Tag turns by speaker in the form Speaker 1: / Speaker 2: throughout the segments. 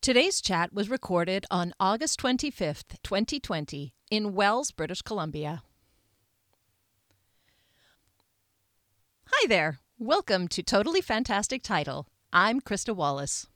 Speaker 1: Today's chat was recorded on August 25th, 2020, in Wells, British Columbia. Hi there. Welcome to Totally Fantastic Title. I'm Krista Wallace.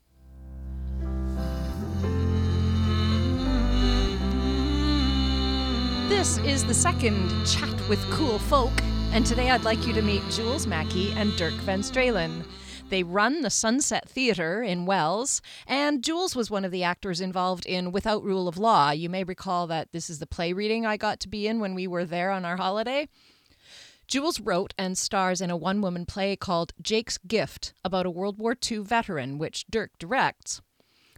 Speaker 1: This is the second Chat with Cool Folk, and today I'd like you to meet Jules Mackey and Dirk Van Stralen. They run the Sunset Theatre in Wells, and Jules was one of the actors involved in Without Rule of Law. You may recall that this is the play reading I got to be in when we were there on our holiday. Jules wrote and stars in a one woman play called Jake's Gift about a World War II veteran, which Dirk directs.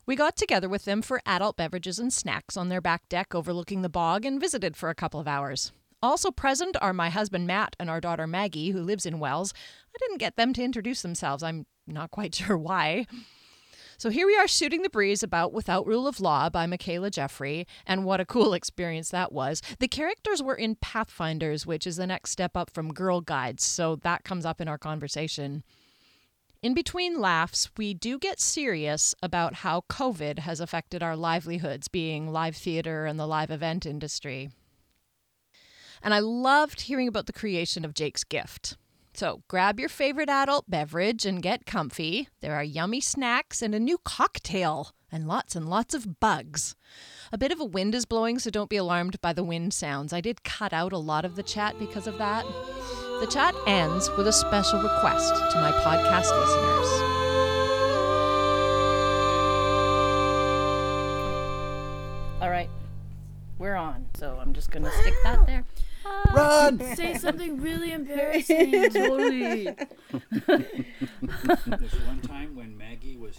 Speaker 1: We got together with them for adult beverages and snacks on their back deck overlooking the bog and visited for a couple of hours. Also present are my husband Matt and our daughter Maggie, who lives in Wells. I didn't get them to introduce themselves. I'm not quite sure why. So here we are shooting the breeze about Without Rule of Law by Michaela Jeffrey, and what a cool experience that was. The characters were in Pathfinders, which is the next step up from Girl Guides, so that comes up in our conversation. In between laughs, we do get serious about how COVID has affected our livelihoods, being live theater and the live event industry. And I loved hearing about the creation of Jake's Gift. So grab your favorite adult beverage and get comfy. There are yummy snacks and a new cocktail, and lots and lots of bugs. A bit of a wind is blowing, so don't be alarmed by the wind sounds. I did cut out a lot of the chat because of that. The chat ends with a special request to my podcast listeners.
Speaker 2: All right, we're on. So I'm just gonna stick that there.
Speaker 3: Run!
Speaker 4: Say something really embarrassing.
Speaker 2: Totally.
Speaker 5: There's one time when Maggie was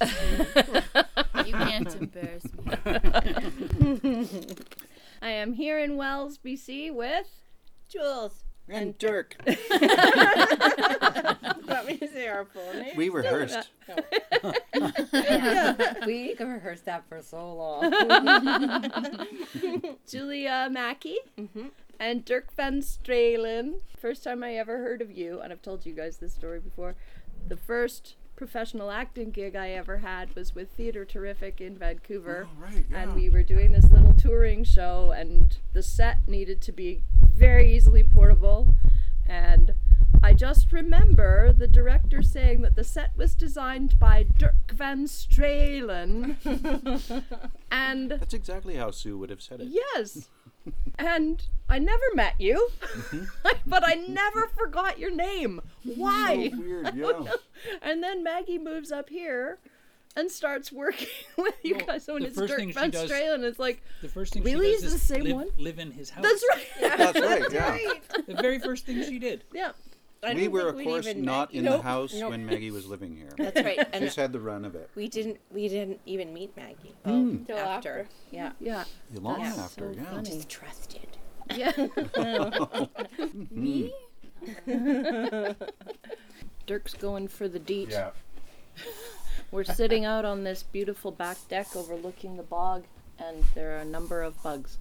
Speaker 4: you can't embarrass me.
Speaker 2: I am here in Wells, BC, with Jules.
Speaker 6: And Dirk. Want me to say our full name?
Speaker 5: we rehearsed.
Speaker 7: We rehearsed that for so long.
Speaker 2: Julia Mackey and Dirk Van Stralen. First time I ever heard of you, and I've told you guys this story before. The first professional acting gig I ever had was with Theatre Terrific in Vancouver.
Speaker 5: right,
Speaker 2: And we were doing this little touring show, and the set needed to be very easily portable. And I just remember the director saying that the set was designed by Dirk Van Stralen. and
Speaker 5: That's exactly how Sue would have said it.
Speaker 2: Yes. and I never met you,
Speaker 5: Mm-hmm.
Speaker 2: but I never forgot your name. Why?
Speaker 5: Weird, yeah.
Speaker 2: And then Maggie moves up here and starts working with you
Speaker 5: Well,
Speaker 2: guys. So when
Speaker 5: the
Speaker 2: it's
Speaker 5: first
Speaker 2: Dirk
Speaker 5: thing she
Speaker 2: Van
Speaker 5: does-
Speaker 2: Stralen, it's like,
Speaker 5: The first thing
Speaker 2: Really?
Speaker 5: she
Speaker 2: Is
Speaker 5: does
Speaker 2: it the same
Speaker 5: live,
Speaker 2: one?
Speaker 5: live in his house.
Speaker 2: that's right.
Speaker 5: That's right, yeah. The very first thing she did.
Speaker 2: yeah.
Speaker 6: I
Speaker 5: We
Speaker 6: don't
Speaker 5: were,
Speaker 6: think
Speaker 5: of
Speaker 6: we'd
Speaker 5: course,
Speaker 6: even
Speaker 5: not
Speaker 6: met
Speaker 5: in
Speaker 6: you.
Speaker 5: the house
Speaker 6: nope.
Speaker 5: when Maggie was living here.
Speaker 7: That's right. And
Speaker 5: She's had the run of it.
Speaker 7: we didn't we didn't even meet Maggie. Well,
Speaker 6: Till
Speaker 7: after. Yeah.
Speaker 2: Yeah.
Speaker 5: Long after, yeah.
Speaker 7: Just trusted.
Speaker 2: Yeah. Me? Dirk's going for the deet. We're sitting out on this beautiful back deck overlooking the bog, and there are a number of bugs.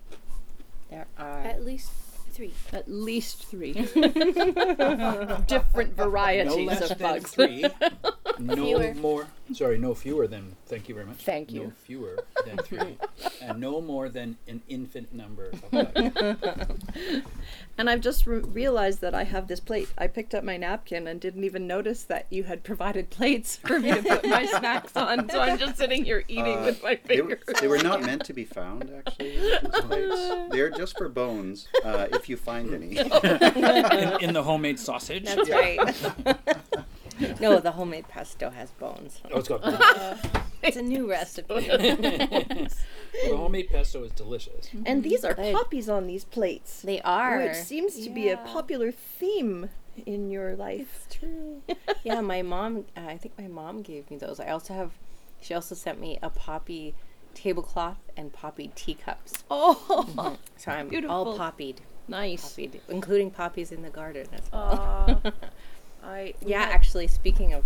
Speaker 7: There are
Speaker 4: At least three.
Speaker 2: At least three. Different
Speaker 5: No
Speaker 2: varieties
Speaker 5: less than
Speaker 2: of bugs.
Speaker 5: three. No
Speaker 4: Fewer.
Speaker 5: more. Sorry, no fewer than. Thank you very much.
Speaker 2: Thank you.
Speaker 5: No fewer than three, and no more than an infant number of bugs.
Speaker 2: And I've just re- realized that I have this plate. I picked up my napkin and didn't even notice that you had provided plates for me to put my snacks on. So I'm just sitting here eating
Speaker 5: Uh,
Speaker 2: with my
Speaker 6: They were,
Speaker 2: fingers.
Speaker 6: they were not meant to be found, actually. those plates. They're just for bones, uh, if you find any.
Speaker 5: in, in the homemade sausage.
Speaker 7: That's right. no, the homemade pesto has bones.
Speaker 5: Oh, it's got
Speaker 7: It's a new recipe.
Speaker 5: the homemade pesto is delicious.
Speaker 2: And these are
Speaker 7: Good.
Speaker 2: poppies on these plates,
Speaker 7: They are.
Speaker 2: which seems to be a
Speaker 7: Yeah.
Speaker 2: popular theme in your life.
Speaker 7: true. yeah, my mom. Uh, I think my mom gave me those. I also have. She also sent me a poppy tablecloth and poppy teacups. Mm-hmm.
Speaker 2: Oh,
Speaker 7: So I'm
Speaker 2: Beautiful.
Speaker 7: all poppied,
Speaker 2: nice.
Speaker 7: poppied, including poppies in the garden as well.
Speaker 2: Aw, I we
Speaker 7: Yeah,
Speaker 2: had-
Speaker 7: actually, speaking of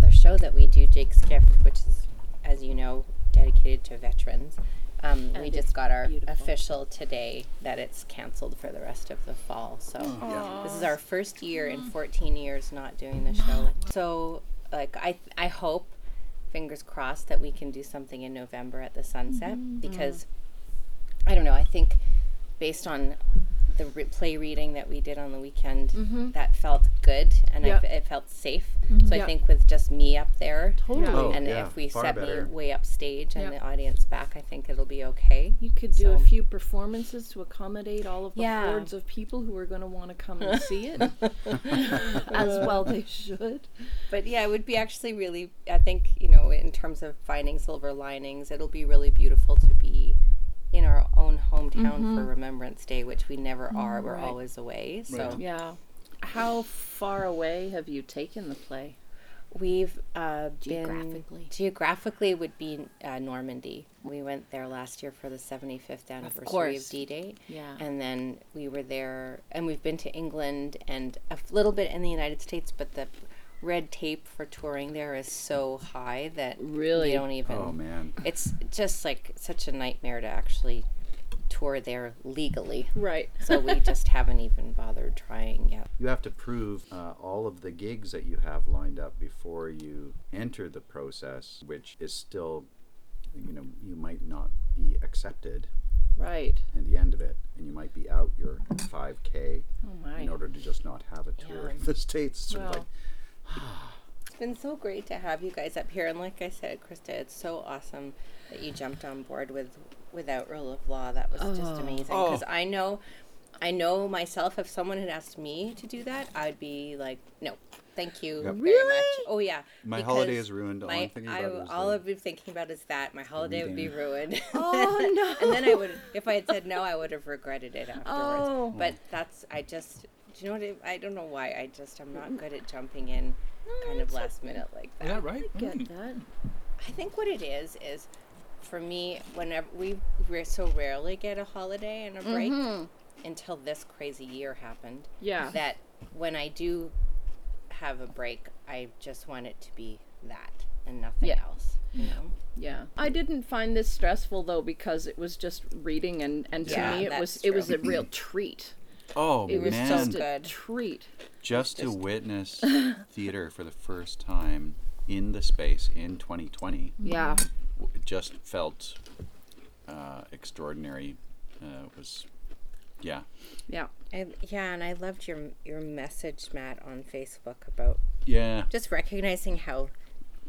Speaker 7: the show that we do, Jake's Gift, which is, as you know, dedicated to veterans, um, we
Speaker 2: And
Speaker 7: just
Speaker 2: it's
Speaker 7: got our
Speaker 2: beautiful.
Speaker 7: official today that it's canceled for the rest of the fall. So this is our
Speaker 2: Mm.
Speaker 7: first year in 14 years not doing the show. So, like, I I hope fingers crossed that we can do something in November at the sunset
Speaker 2: Mm-hmm.
Speaker 7: because I don't know. I think based on the re- play reading that we did on the weekend, that felt good and
Speaker 2: Mm-hmm. Yep. Mm-hmm.
Speaker 7: I f- it felt safe. So
Speaker 2: Yep.
Speaker 7: I think with just me up there,
Speaker 2: Totally.
Speaker 6: Oh,
Speaker 7: and
Speaker 6: yeah,
Speaker 7: if we
Speaker 6: far
Speaker 7: set
Speaker 6: better.
Speaker 7: me way upstage and
Speaker 2: Yep.
Speaker 7: the audience back, I think it'll be okay.
Speaker 2: You could do a
Speaker 7: So-
Speaker 2: few performances to accommodate all of the
Speaker 7: Yeah.
Speaker 2: hordes of people who are going to want to come and see it, as well they should.
Speaker 7: But yeah, it would be actually really. I think you know, in terms of finding silver linings, it'll be really beautiful to be in our own hometown for Remembrance Day, which we never are. We're
Speaker 2: Mm-hmm. Right.
Speaker 7: always away, so
Speaker 2: Yeah. How far away have you taken the play?
Speaker 7: we've uh,
Speaker 4: Geographically.
Speaker 7: Been, geographically, it would be uh, Normandy. We went there last year for the 75th anniversary of,
Speaker 2: course.
Speaker 7: D-Day.
Speaker 2: Yeah.
Speaker 7: and then we were there, and we've been to England and a f- little bit in the United States, but the red tape for touring there is so high that
Speaker 2: Really?
Speaker 7: we don't even.
Speaker 6: Oh man.
Speaker 7: it's just like such a nightmare to actually tour there legally.
Speaker 2: Right.
Speaker 7: So we just haven't even bothered trying yet.
Speaker 6: You have to prove uh, all of the gigs that you have lined up before you enter the process, which is still, you know, you might not be accepted
Speaker 2: Right.
Speaker 6: in the end of it, and you might be out your 5K
Speaker 2: Oh my.
Speaker 6: in order to just not have a tour of the states. Sort of
Speaker 2: Well.
Speaker 6: like,
Speaker 7: It's been so great to have you guys up here, and like I said, Krista, it's so awesome that you jumped on board with without rule of law. That was just amazing
Speaker 6: Oh.
Speaker 7: because I know, I know myself. If someone had asked me to do that, I'd be like, no, thank you very much. Oh yeah,
Speaker 6: My holiday
Speaker 7: because
Speaker 6: is ruined. All
Speaker 7: my-
Speaker 6: I'm thinking
Speaker 7: I-
Speaker 6: about is
Speaker 7: all
Speaker 6: the-
Speaker 7: I'd be thinking about is that my holiday would be
Speaker 6: reading.
Speaker 7: ruined. Oh no! and then I would, if I had said no, I would have regretted it afterwards.
Speaker 2: Oh.
Speaker 7: But that's I just. Do you know what? It, I don't know why. I just I'm not good at jumping in, kind of last minute like that.
Speaker 5: Is that right?
Speaker 2: Get that?
Speaker 7: I think what it is is for me whenever we re- so rarely get a holiday and a break until this crazy year happened
Speaker 2: Mm-hmm. Yeah.
Speaker 7: that when I do have a break I just want it to be that and nothing
Speaker 2: Yeah.
Speaker 7: else you know
Speaker 2: Yeah. I didn't find this stressful though because it was just reading and and to
Speaker 7: Yeah,
Speaker 2: me it was
Speaker 7: that's
Speaker 2: it was
Speaker 7: true.
Speaker 2: a real treat.
Speaker 6: Oh
Speaker 2: It was
Speaker 6: man,
Speaker 2: just
Speaker 6: just,
Speaker 7: so
Speaker 2: a
Speaker 7: good.
Speaker 2: treat.
Speaker 6: to witness theater for the first time in the space in 2020
Speaker 2: Yeah.
Speaker 6: w- just felt uh, extraordinary. Uh, it was, yeah,
Speaker 2: Yeah.
Speaker 7: and, yeah and I loved your your message Matt on Facebook about
Speaker 6: yeah.
Speaker 7: just recognizing how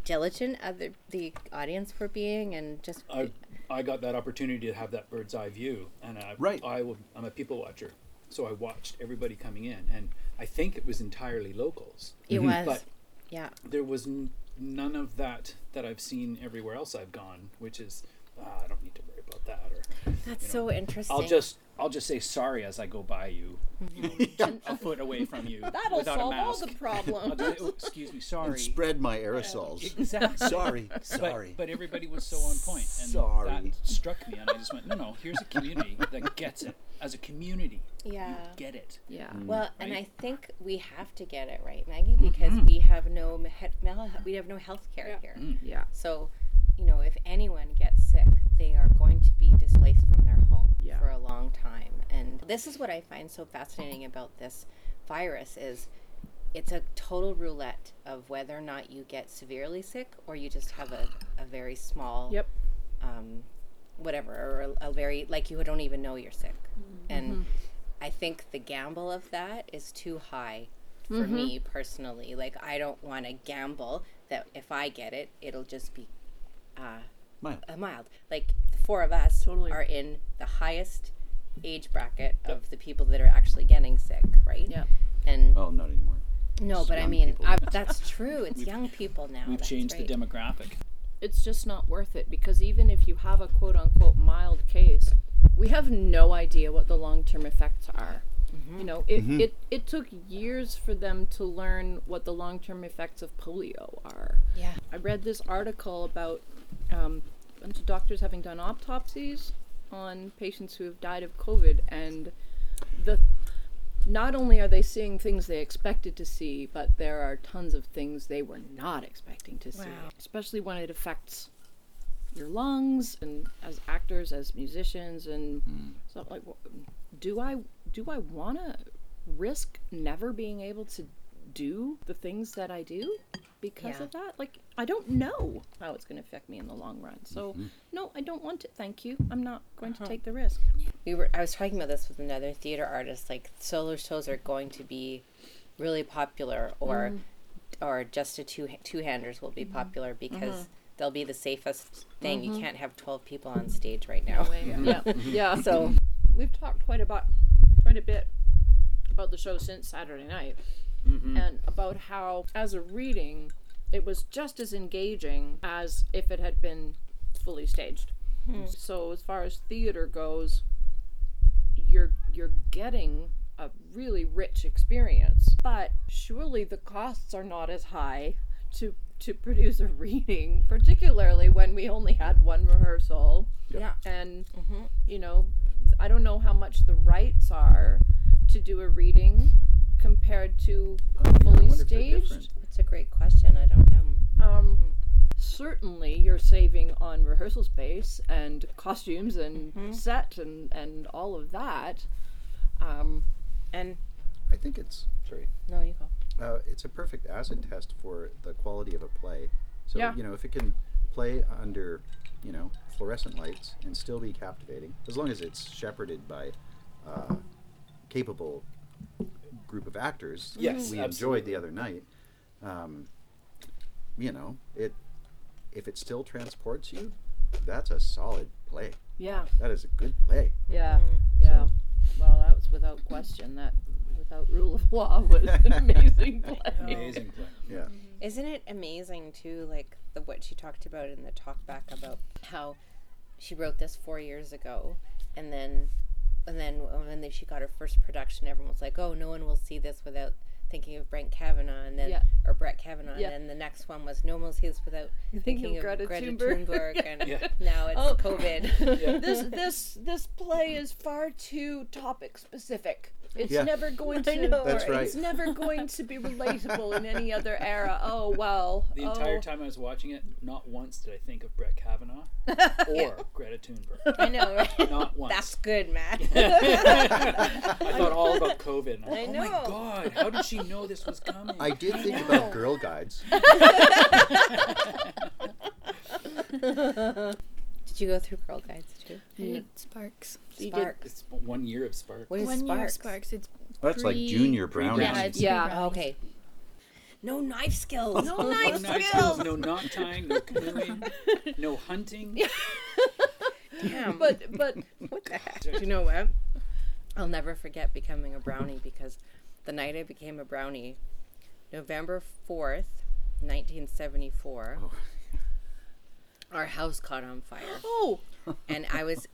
Speaker 7: diligent other the audience were being and just
Speaker 5: I, I got that opportunity to have that bird's eye view, and I,
Speaker 6: Right.
Speaker 5: I will, I'm a people watcher, so I watched everybody coming in, and I think it was entirely locals.
Speaker 7: it was
Speaker 5: But
Speaker 7: yeah
Speaker 5: there was n- none of that that I've seen everywhere else I've gone, which is ah, I don't need to worry about that, or
Speaker 7: that's so interesting
Speaker 5: I'll just I'll just say sorry as I go by you, you know,
Speaker 6: Mm-hmm.
Speaker 5: a foot away from you without a mask. I'll
Speaker 2: problem.
Speaker 5: just say, "Oh, excuse me, sorry.
Speaker 6: Spread my aerosols.
Speaker 5: Exactly.
Speaker 6: Sorry,
Speaker 5: But, but everybody was so on point, and
Speaker 6: Sorry.
Speaker 5: that struck me, and I just went, no, no. Here's a community that gets it. As a community,
Speaker 7: yeah
Speaker 5: get it.
Speaker 2: Yeah.
Speaker 7: Well, and I
Speaker 5: right? Mm-hmm.
Speaker 7: think we have to get it right, Maggie, because we have no me- he- mental he- we have no health care here.
Speaker 5: Mm.
Speaker 2: Yeah.
Speaker 7: So, you know, if anyone gets sick, they are going to be displaced from their home
Speaker 2: Yeah.
Speaker 7: for a long time. And this is what I find so fascinating about this virus is it's a total roulette of whether or not you get severely sick or you just have a, a very small
Speaker 2: Yep.
Speaker 7: um, whatever, or a, a very like you don't even know you're sick.
Speaker 2: Mm-hmm.
Speaker 7: And I think the gamble of that is too high for
Speaker 2: Mm-hmm.
Speaker 7: me personally. Like I don't want to gamble that if I get it, it'll just be uh,
Speaker 6: Mild.
Speaker 7: uh, mild. Like the four of us
Speaker 2: Totally.
Speaker 7: are in the highest age bracket of the people that are actually getting sick, right?
Speaker 2: Yeah.
Speaker 7: And
Speaker 6: Well, not anymore.
Speaker 7: no, but I
Speaker 6: young
Speaker 7: mean,
Speaker 6: people.
Speaker 7: I, that's true. It's young people now.
Speaker 5: We've
Speaker 7: that's
Speaker 5: changed
Speaker 7: right.
Speaker 5: the demographic.
Speaker 2: It's just not worth it because even if you have a quote unquote mild case, we have no idea what the long term effects are. You know, it, it, it took years for them to learn what the long term effects of polio are.
Speaker 7: Yeah.
Speaker 2: I read this article about um, a bunch of doctors having done autopsies on patients who have died of COVID, and the not only are they seeing things they expected to see, but there are tons of things they were not expecting to see, especially when it affects your lungs and as actors, as musicians, and so like, wh- do I do I want to risk never being able to do the things that I do because
Speaker 7: Yeah.
Speaker 2: of that. Like I don't know how it's going to affect me in the long run. So no, I don't want it. Thank you. I'm not going to take the risk.
Speaker 7: we were I was talking about this with another theater artist like solo shows are going to be really popular or or just a two two-handers will be popular because they'll be the safest thing you can't have 12 people on stage right now
Speaker 2: Yeah, yeah.
Speaker 7: so
Speaker 2: we've talked quite about quite a bit about the show since Saturday night, and about how as a reading, it was just as engaging as if it had been fully staged. So as far as theater goes, you're you're getting a really rich experience, but surely the costs are not as high to to produce a reading, particularly when we only had one rehearsal
Speaker 6: Yeah.
Speaker 2: and you know i don't know how much the rights are to do a reading compared to fully staged
Speaker 7: that's a great question i don't know
Speaker 2: um, certainly you're saving on rehearsal space and costumes and set and, and all of that um,
Speaker 7: and
Speaker 6: I think it's sorry.
Speaker 7: no you go
Speaker 6: Uh, it's a perfect acid test for the quality of a play. So
Speaker 2: Yeah.
Speaker 6: you know if it can play under you know fluorescent lights and still be captivating, as long as it's shepherded by uh, capable group of actors.
Speaker 5: Yes,
Speaker 6: we enjoyed the other night. Um, you know it. If it still transports you, that's a solid play.
Speaker 2: yeah
Speaker 6: That is a good play.
Speaker 2: yeah yeah well that was without question that without rule of law was an amazing play
Speaker 5: Amazing play.
Speaker 6: Yeah.
Speaker 7: Isn't it amazing too, like the what she talked about in the talk back about how she wrote this four years ago, and then and then when they- she got her first production, everyone was like, "Oh, no one will see this without thinking of Brent Kavanaugh," and then
Speaker 2: Yeah.
Speaker 7: or Brett Kavanaugh,
Speaker 2: Yeah.
Speaker 7: and then the next one was, "No one will see this without thinking, of Greta, Thunberg,", and
Speaker 5: Yeah.
Speaker 7: now it's
Speaker 2: Oh.
Speaker 7: COVID.
Speaker 2: this this this play is far too topic specific. It's
Speaker 6: Yeah.
Speaker 2: never going to.
Speaker 6: That's right.
Speaker 2: It's never going to be relatable in any other era. Oh well.
Speaker 5: The
Speaker 2: oh.
Speaker 5: entire time I was watching it, not once did I think of Brett Kavanaugh or Greta Thunberg.
Speaker 7: I know, right?
Speaker 5: Not once.
Speaker 7: That's good, Matt.
Speaker 5: I thought all about COVID. and I'm like,
Speaker 7: I
Speaker 5: Oh my
Speaker 7: know.
Speaker 5: God! How did she know this was coming?
Speaker 6: I did think about girl guides.
Speaker 7: Did you go through Girl Guides too?
Speaker 4: Sparks.
Speaker 7: You did-
Speaker 5: Sparks. It's one year of Sparks.
Speaker 7: What is
Speaker 4: One year of
Speaker 7: Sparks?
Speaker 4: Sparks. It's
Speaker 6: That's like
Speaker 4: pre-
Speaker 6: junior brownies.
Speaker 4: Yeah. It's
Speaker 2: Yeah.
Speaker 4: pre-brownies.
Speaker 7: Oh, okay. No knife skills. No
Speaker 5: No
Speaker 7: knife
Speaker 5: knife skills, no knot tying, no canoeing, no hunting.
Speaker 7: Damn.
Speaker 2: But but
Speaker 7: What the heck? Do you know what? I'll never forget becoming a brownie because the night I became a brownie, November 4th, 1974, our house caught on fire.
Speaker 2: oh
Speaker 7: And I was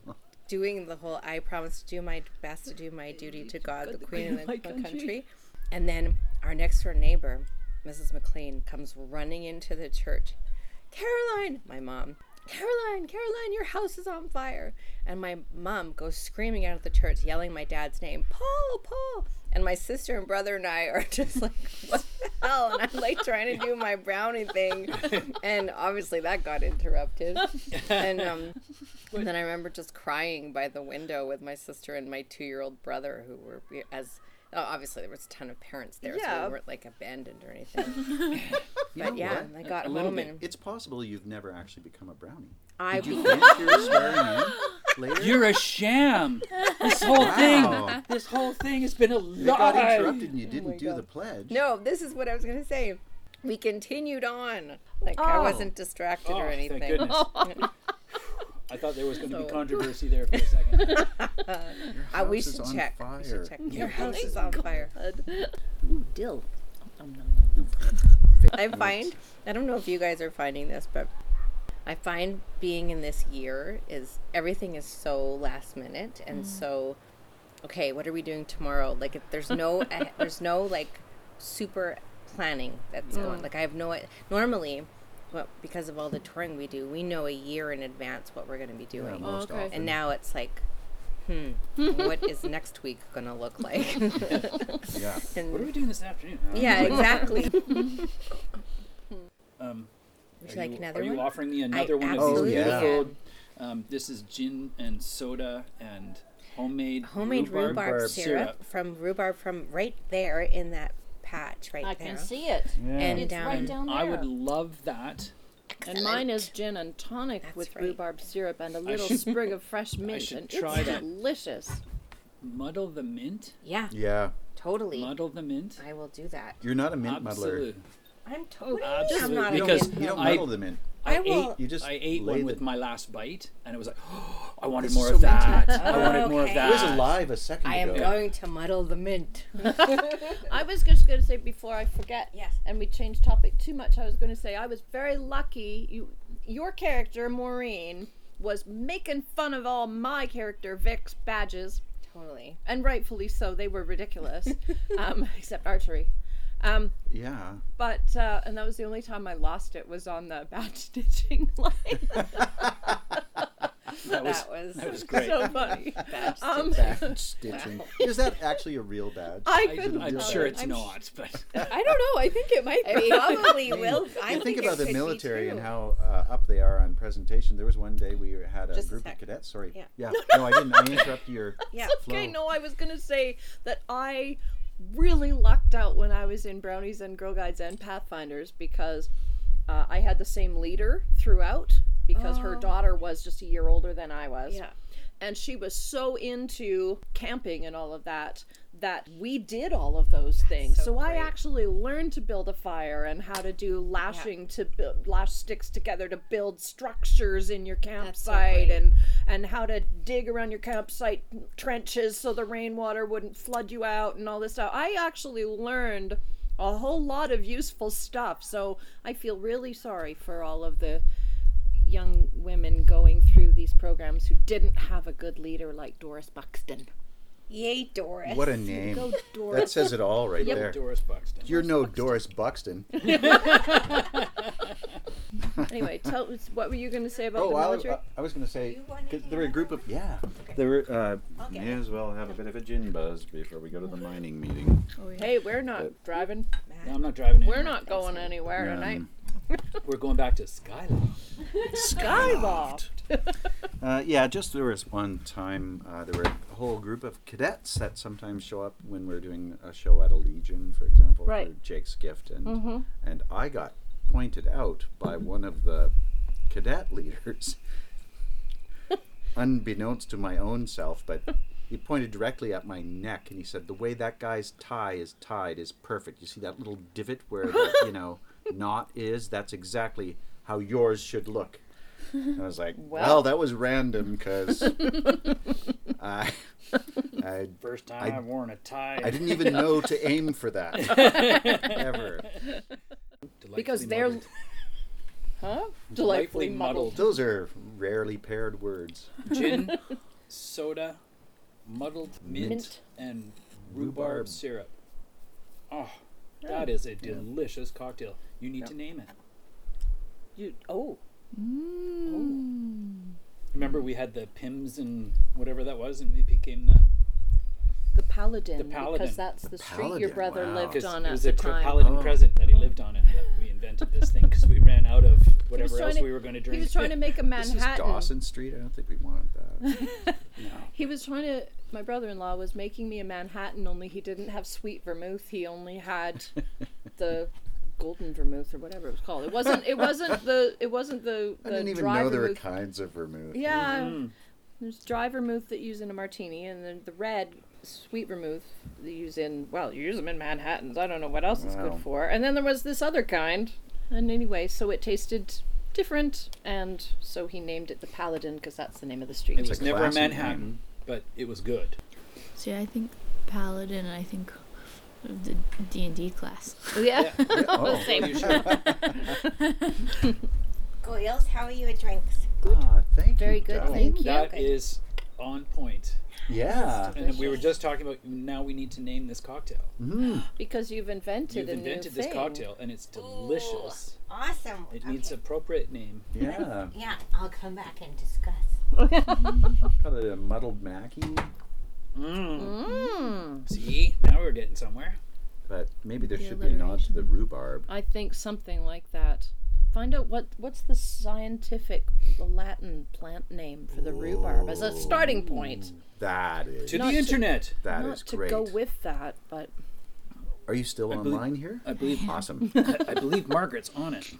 Speaker 7: doing the whole I promise to do my best to do my duty to God, the Queen and the
Speaker 2: my
Speaker 7: my country.
Speaker 2: country.
Speaker 7: And then our next door neighbor, Mrs. McLean, comes running into the church. Caroline, my mom, Caroline, Caroline, your house is on fire. And my mom goes screaming out of the church, yelling my dad's name, Paul, Paul. And my sister and brother and I are just like, what the hell? And I'm like trying to do my brownie thing. And obviously that got interrupted. And um, and then I remember just crying by the window with my sister and my two-year-old brother, who were we- as oh, obviously there was a ton of parents there, so
Speaker 2: Yeah.
Speaker 7: we weren't like abandoned or anything.
Speaker 6: You
Speaker 7: But
Speaker 6: know
Speaker 7: yeah,
Speaker 6: what?
Speaker 7: and I got
Speaker 5: little
Speaker 7: home
Speaker 5: bit.
Speaker 7: and
Speaker 6: It's possible you've never actually become a brownie.
Speaker 7: I
Speaker 6: Did you
Speaker 7: be-
Speaker 6: think you were swearing in later?
Speaker 5: You're a sham. This whole
Speaker 6: Wow.
Speaker 5: thing, this whole thing has been a
Speaker 6: It got
Speaker 5: lie.
Speaker 6: interrupted and you didn't do the pledge.
Speaker 7: Oh no, this is what I was gonna say. We continued on, like I
Speaker 2: Oh.
Speaker 7: wasn't distracted
Speaker 5: Oh,
Speaker 7: or
Speaker 5: thank
Speaker 7: anything.
Speaker 5: goodness. I thought there was going to be
Speaker 7: So-
Speaker 5: controversy there for a second.
Speaker 7: Uh, we
Speaker 6: House is
Speaker 7: should
Speaker 6: on
Speaker 7: check. We
Speaker 6: fire.
Speaker 7: should check. Your house is on fire. Oh Ooh, dill. I find I don't know if you guys are finding this, but I find being in this year is everything is so last minute and so okay, what are we doing tomorrow? Like if there's no eh, there's no like super planning that's going. Like I have no normally but because of all the touring we do, we know a year in advance what we're going to be
Speaker 6: Yeah,
Speaker 7: doing.
Speaker 6: most
Speaker 2: okay.
Speaker 7: And now it's like, hmm, what is next week going to look like?
Speaker 6: often. Yeah.
Speaker 5: What are
Speaker 7: and
Speaker 5: we doing this afternoon? Uh,
Speaker 7: yeah, exactly.
Speaker 5: Um,
Speaker 7: Would
Speaker 5: are
Speaker 7: you like
Speaker 5: you,
Speaker 7: another
Speaker 5: are you
Speaker 7: one?
Speaker 5: offering me another one of
Speaker 7: absolutely
Speaker 5: these
Speaker 6: Oh, yeah.
Speaker 5: beautiful? Um, this is gin and soda and homemade
Speaker 7: Homemade rhubarb,
Speaker 6: rhubarb
Speaker 7: syrup,
Speaker 5: syrup.
Speaker 7: from rhubarb from right there in that patch. notch right
Speaker 2: I
Speaker 7: there.
Speaker 2: can see it.
Speaker 7: And
Speaker 2: It's
Speaker 7: down.
Speaker 2: right down there.
Speaker 5: I would love that.
Speaker 2: and mine is gin and tonic
Speaker 7: That's
Speaker 2: with
Speaker 7: right.
Speaker 2: rhubarb syrup and a little
Speaker 5: should-
Speaker 2: sprig of fresh mint.
Speaker 5: should
Speaker 2: And
Speaker 5: try
Speaker 2: it's
Speaker 5: that.
Speaker 2: delicious.
Speaker 5: Muddle the mint.
Speaker 7: Yeah,
Speaker 6: Yeah,
Speaker 7: totally.
Speaker 5: Muddle the mint.
Speaker 7: I will do that.
Speaker 6: you're not a mint muddler.
Speaker 5: Absolutely.
Speaker 7: I'm totally.
Speaker 5: Absolutely.
Speaker 7: I'm not
Speaker 6: You
Speaker 7: a
Speaker 5: Because-
Speaker 7: mint
Speaker 6: don't, you don't
Speaker 5: I-
Speaker 6: muddle them in.
Speaker 5: I,
Speaker 7: I will-
Speaker 5: ate.
Speaker 6: You just
Speaker 5: I ate
Speaker 6: lay
Speaker 5: one with
Speaker 6: the-
Speaker 5: my last bite, and it was like, I wanted
Speaker 6: This is
Speaker 5: more
Speaker 6: so
Speaker 5: of
Speaker 6: minty.
Speaker 5: that. I wanted more of
Speaker 7: Okay.
Speaker 5: that.
Speaker 6: It was alive a second
Speaker 7: I am
Speaker 6: ago.
Speaker 7: going to muddle the mint.
Speaker 2: I was just going to say before I forget,
Speaker 7: Yes.
Speaker 2: and we changed topic too much. I was going to say I was very lucky. You, your character Maureen was making fun of all my character Vic's badges,
Speaker 7: Totally.
Speaker 2: and rightfully so. They were ridiculous, um, except archery. Um,
Speaker 6: Yeah.
Speaker 2: but uh, and that was the only time I lost it was on the badge stitching line.
Speaker 5: That was,
Speaker 7: That was
Speaker 5: that was great.
Speaker 2: so funny.
Speaker 7: Badge
Speaker 2: Um,
Speaker 6: Badge stitching. Is that actually a real badge?
Speaker 2: I
Speaker 5: I,
Speaker 2: couldn't.
Speaker 5: am
Speaker 6: Yeah.
Speaker 5: sure it's
Speaker 2: I'm
Speaker 5: not, but
Speaker 2: I don't know. I think it might
Speaker 7: It
Speaker 2: be.
Speaker 7: probably will. I
Speaker 6: You think,
Speaker 7: it
Speaker 6: about the
Speaker 7: could be
Speaker 6: military and
Speaker 7: too.
Speaker 6: how uh, up they are on presentation. There was one day we had a
Speaker 7: Just a
Speaker 6: group of
Speaker 7: sec.
Speaker 6: cadets. Sorry.
Speaker 7: Yeah.
Speaker 6: No, I didn't. I interrupted your
Speaker 7: Yeah.
Speaker 6: flow.
Speaker 2: Okay, no, I was gonna say that I really lucked out when I was in Brownies and Girl Guides and Pathfinders because uh, I had the same leader throughout because her daughter was just a year older than I was.
Speaker 7: Oh. Yeah.
Speaker 2: And she was so into camping and all of that that we did all of those things. So,
Speaker 7: so
Speaker 2: I
Speaker 7: great.
Speaker 2: actually learned to build a fire and how to do lashing to build, lash sticks together to build structures in your campsite
Speaker 7: great.
Speaker 2: and and how to dig around your campsite trenches so the rainwater wouldn't flood you out and all this stuff. I actually learned a whole lot of useful stuff. So I feel really sorry for all of the young women going through these programs who didn't have a good leader like Doris Buxton.
Speaker 7: Yay, Doris.
Speaker 6: What a name.
Speaker 2: Go Doris.
Speaker 6: That says it all right there.
Speaker 5: Doris Buxton.
Speaker 6: You're no Doris Buxton.
Speaker 2: anyway, tell us what were you going to say about
Speaker 6: Oh,
Speaker 2: the
Speaker 6: I,
Speaker 2: military?
Speaker 6: I- I was going to say,
Speaker 7: You wanna
Speaker 6: 'cause there were a group of, yeah. There were, uh, may as well have a bit of a gin buzz before we go to the mining meeting.
Speaker 5: uh,
Speaker 2: hey, we're not driving.
Speaker 5: No, I'm not driving.
Speaker 2: We're
Speaker 5: anymore.
Speaker 2: not going anywhere tonight.
Speaker 5: We're going back to Skyline.
Speaker 2: Skyloft.
Speaker 6: Uh, yeah, just there was one time uh, there were a whole group of cadets that sometimes show up when we're doing a show at a legion, for example, for
Speaker 2: Right.
Speaker 6: Jake's gift, and and I got pointed out by one of the cadet leaders, unbeknownst to my own self, but. He pointed directly at my neck and he said, The way that guy's tie is tied is perfect. You see that little divot where the, you know, knot is? That's exactly how yours should look. And I was like, well, that was random because I, I,
Speaker 5: First time I, have worn a tie.
Speaker 6: I didn't even know to aim for that ever.
Speaker 5: Delightfully
Speaker 2: Because they're.
Speaker 5: muddled.
Speaker 2: Huh?
Speaker 5: Delightfully
Speaker 2: Delightfully muddled.
Speaker 6: Those are rarely paired words.
Speaker 5: gin, soda, muddled mint,
Speaker 2: Mint.
Speaker 5: and rhubarb,
Speaker 6: Rhubarb.
Speaker 5: syrup. Oh, that is a delicious cocktail. You need to name it.
Speaker 2: You oh
Speaker 5: Mm. Remember, we had the Pims and whatever that was, and it became the
Speaker 2: the paladin,
Speaker 5: The
Speaker 2: because
Speaker 5: Paladin.
Speaker 2: that's the street your
Speaker 6: Paladin,
Speaker 2: brother
Speaker 6: wow.
Speaker 2: lived
Speaker 5: because
Speaker 2: on
Speaker 5: it
Speaker 2: at
Speaker 5: was
Speaker 2: the
Speaker 5: a
Speaker 2: time.
Speaker 5: Paladin
Speaker 6: Oh.
Speaker 5: present that he lived on, and that we invented this thing because we ran out of whatever
Speaker 2: trying
Speaker 5: else
Speaker 2: to-
Speaker 5: we were going to drink.
Speaker 2: he was trying to make a
Speaker 6: This is
Speaker 2: Manhattan.
Speaker 6: Dawson Street. I don't think we wanted that.
Speaker 2: He was trying to. My brother-in-law was making me a Manhattan, only he didn't have sweet vermouth. He only had the golden vermouth or whatever it was called. It wasn't. It wasn't the. It wasn't the. the
Speaker 6: I didn't even
Speaker 2: dry
Speaker 6: know there were
Speaker 2: vermouth.
Speaker 6: kinds of vermouth.
Speaker 2: Yeah. There's dry vermouth that you use in a martini, and then the red sweet vermouth that you use in, well, you use them in Manhattans. I don't know what else it's
Speaker 6: Wow.
Speaker 2: good for. And then there was this other kind. And anyway, so it tasted different, and so he named it the Paladin because that's the name of the street.
Speaker 5: It was
Speaker 6: a
Speaker 5: never a
Speaker 6: classy
Speaker 5: Manhattan,
Speaker 6: name.
Speaker 5: but it was good.
Speaker 4: See, I think paladin. I think the D and D class.
Speaker 2: yeah.
Speaker 6: Oh,
Speaker 5: Well, you should.
Speaker 7: Goyles, how are you at drinks?
Speaker 6: ah, thank
Speaker 2: Very
Speaker 6: you.
Speaker 2: good,
Speaker 6: darling.
Speaker 2: thank you.
Speaker 5: That
Speaker 7: Okay.
Speaker 5: is on point.
Speaker 6: Yeah.
Speaker 5: And we were just talking about now we need to name this cocktail.
Speaker 2: Because you've invented
Speaker 5: You've
Speaker 2: a
Speaker 5: invented
Speaker 2: new
Speaker 5: this
Speaker 2: thing.
Speaker 5: cocktail, and it's delicious.
Speaker 7: Awesome.
Speaker 5: It needs appropriate name.
Speaker 6: Yeah.
Speaker 7: Yeah, I'll come back and discuss.
Speaker 6: Call it a muddled Mackie.
Speaker 5: Mm.
Speaker 2: Hmm.
Speaker 5: See, now we're getting somewhere.
Speaker 6: But maybe there should be a nod to the rhubarb.
Speaker 2: I think something like that. Find out what what's the scientific the Latin plant name for the rhubarb as a starting point.
Speaker 6: That is.
Speaker 5: To
Speaker 2: Not
Speaker 5: the
Speaker 2: to-
Speaker 5: internet.
Speaker 6: that
Speaker 2: Not
Speaker 6: is
Speaker 2: to
Speaker 6: great.
Speaker 2: go with that, but
Speaker 6: Are you still
Speaker 5: I believe-
Speaker 6: online here?
Speaker 5: I believe
Speaker 6: Awesome.
Speaker 5: I, I believe Margaret's on it.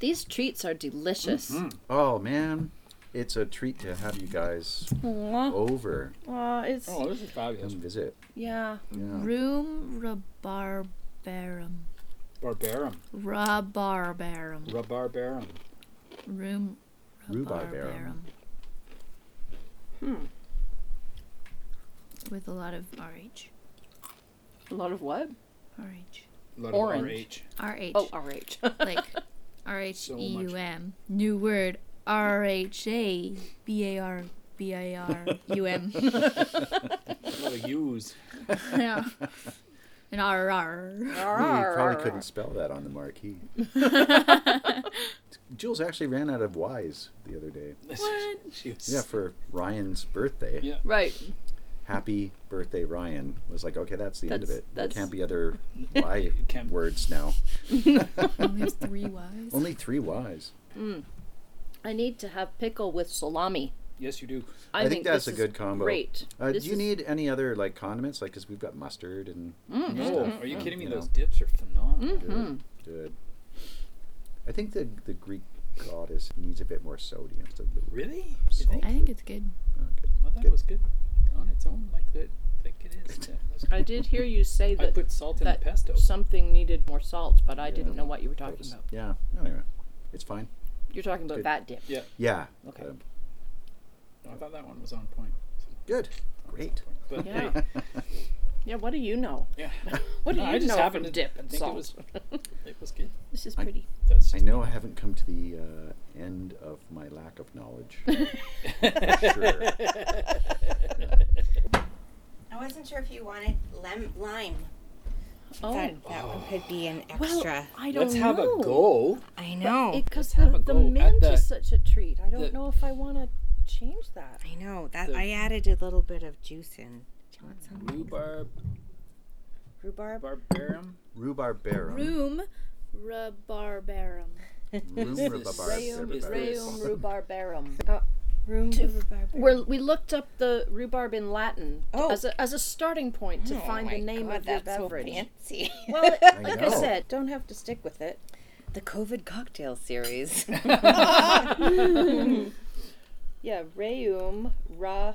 Speaker 2: These treats are delicious.
Speaker 6: Oh man, it's a treat to have you guys
Speaker 2: Aw,
Speaker 6: over
Speaker 2: aw, Uh, it's
Speaker 5: Oh, this is fabulous.
Speaker 6: and visit.
Speaker 2: yeah.
Speaker 6: Yeah.
Speaker 4: Room rabarbarum.
Speaker 5: Barbarum.
Speaker 4: Rabarbarum.
Speaker 5: Rabarbarum.
Speaker 4: Room
Speaker 6: Rhubarbarum.
Speaker 4: rabarbarum. Hmm. With a lot of RH.
Speaker 2: A lot of what?
Speaker 4: RH.
Speaker 5: A lot
Speaker 2: Orange.
Speaker 5: of
Speaker 4: RH.
Speaker 2: Oh, RH.
Speaker 4: Like R-H-E-U-M. New word. R-H-A-B-A-R-B-I-R-U-M.
Speaker 5: RH. A lot of U's.
Speaker 4: yeah. An RR.
Speaker 6: You probably couldn't spell that on the marquee. Jules actually ran out of Y's the other day.
Speaker 5: What? she was,
Speaker 6: Yeah, for Ryan's birthday.
Speaker 5: Yeah.
Speaker 2: right.
Speaker 6: Happy birthday, Ryan. Was like, okay, that's the end of
Speaker 2: That's-
Speaker 6: it. There
Speaker 2: that's-
Speaker 6: can't be other Y
Speaker 5: can't-
Speaker 6: words now.
Speaker 4: Only has three Y's.
Speaker 6: Only three Y's.
Speaker 2: I need to have pickle with salami.
Speaker 5: Yes, you do.
Speaker 2: I,
Speaker 6: think that's a
Speaker 2: this is
Speaker 6: good combo.
Speaker 2: Great.
Speaker 6: Uh, do
Speaker 2: This
Speaker 6: you
Speaker 2: is-
Speaker 6: need any other like condiments? Like, cause we've got mustard and
Speaker 2: Hmm.
Speaker 5: Mm. No, are you kidding me?
Speaker 6: You
Speaker 5: Those
Speaker 6: know.
Speaker 5: dips are phenomenal.
Speaker 2: Mm-hmm.
Speaker 6: good, good. I think the the Greek goddess needs a bit more sodium. So the-
Speaker 5: Really? You
Speaker 6: Salt.
Speaker 5: think?
Speaker 4: I think it's good.
Speaker 6: oh, good.
Speaker 5: I thought it was good on its own, like that. I think it is. Yeah, that's-
Speaker 2: I did hear you say
Speaker 5: I
Speaker 2: that
Speaker 5: put salt in the
Speaker 2: that
Speaker 5: pesto.
Speaker 2: something needed more salt, but I didn't
Speaker 6: Yeah.
Speaker 2: know what you were
Speaker 6: That
Speaker 2: talking
Speaker 6: was-
Speaker 2: about.
Speaker 6: Yeah. Anyway, it's fine.
Speaker 2: You're talking about
Speaker 6: Good.
Speaker 2: that dip.
Speaker 5: Yeah,
Speaker 6: Yeah.
Speaker 2: Okay.
Speaker 6: um,
Speaker 5: I thought that one was on point.
Speaker 6: good. Great.
Speaker 5: But
Speaker 2: Yeah.
Speaker 5: hey,
Speaker 2: Yeah, what do you know?
Speaker 5: yeah.
Speaker 2: What do
Speaker 5: No,
Speaker 2: you
Speaker 5: I just
Speaker 2: know from
Speaker 5: happened to
Speaker 2: dip and
Speaker 5: think it
Speaker 2: salt?
Speaker 5: was- It was good.
Speaker 4: This is
Speaker 6: I-
Speaker 4: pretty.
Speaker 5: That's
Speaker 6: I
Speaker 5: just,
Speaker 6: know I haven't come to the uh, end of my lack of knowledge. sure.
Speaker 7: I wasn't sure if you wanted lem- lime.
Speaker 2: oh,
Speaker 7: That, that one could be an
Speaker 2: well,
Speaker 7: extra.
Speaker 2: I don't
Speaker 5: let's
Speaker 2: know.
Speaker 5: have a go.
Speaker 7: I know.
Speaker 2: Because
Speaker 5: have
Speaker 2: the,
Speaker 5: a
Speaker 2: the
Speaker 5: go at
Speaker 2: mint
Speaker 5: the-
Speaker 2: is such a treat. I don't
Speaker 5: the-
Speaker 2: know if I want to change that.
Speaker 7: I know that
Speaker 5: The-
Speaker 7: I added a little bit of juice in. Do you want some
Speaker 5: Rhubarb,
Speaker 7: rhubarb?
Speaker 5: barbarum.
Speaker 6: Rhubarbarum.
Speaker 4: Room rabarbarum.
Speaker 5: Reum
Speaker 6: Rhubarbarum.
Speaker 2: rhubarbarum.
Speaker 7: Room for rhubarb.
Speaker 2: We're, we looked up the rhubarb in Latin
Speaker 7: Oh.
Speaker 2: as, a, as a starting point
Speaker 5: Oh
Speaker 2: to find the name of your
Speaker 7: that's
Speaker 2: beverage.
Speaker 7: so fancy.
Speaker 2: well, it-
Speaker 6: I
Speaker 2: like I
Speaker 6: know.
Speaker 2: said, don't have to stick with it.
Speaker 7: the COVID cocktail series.
Speaker 2: Yeah, reum ra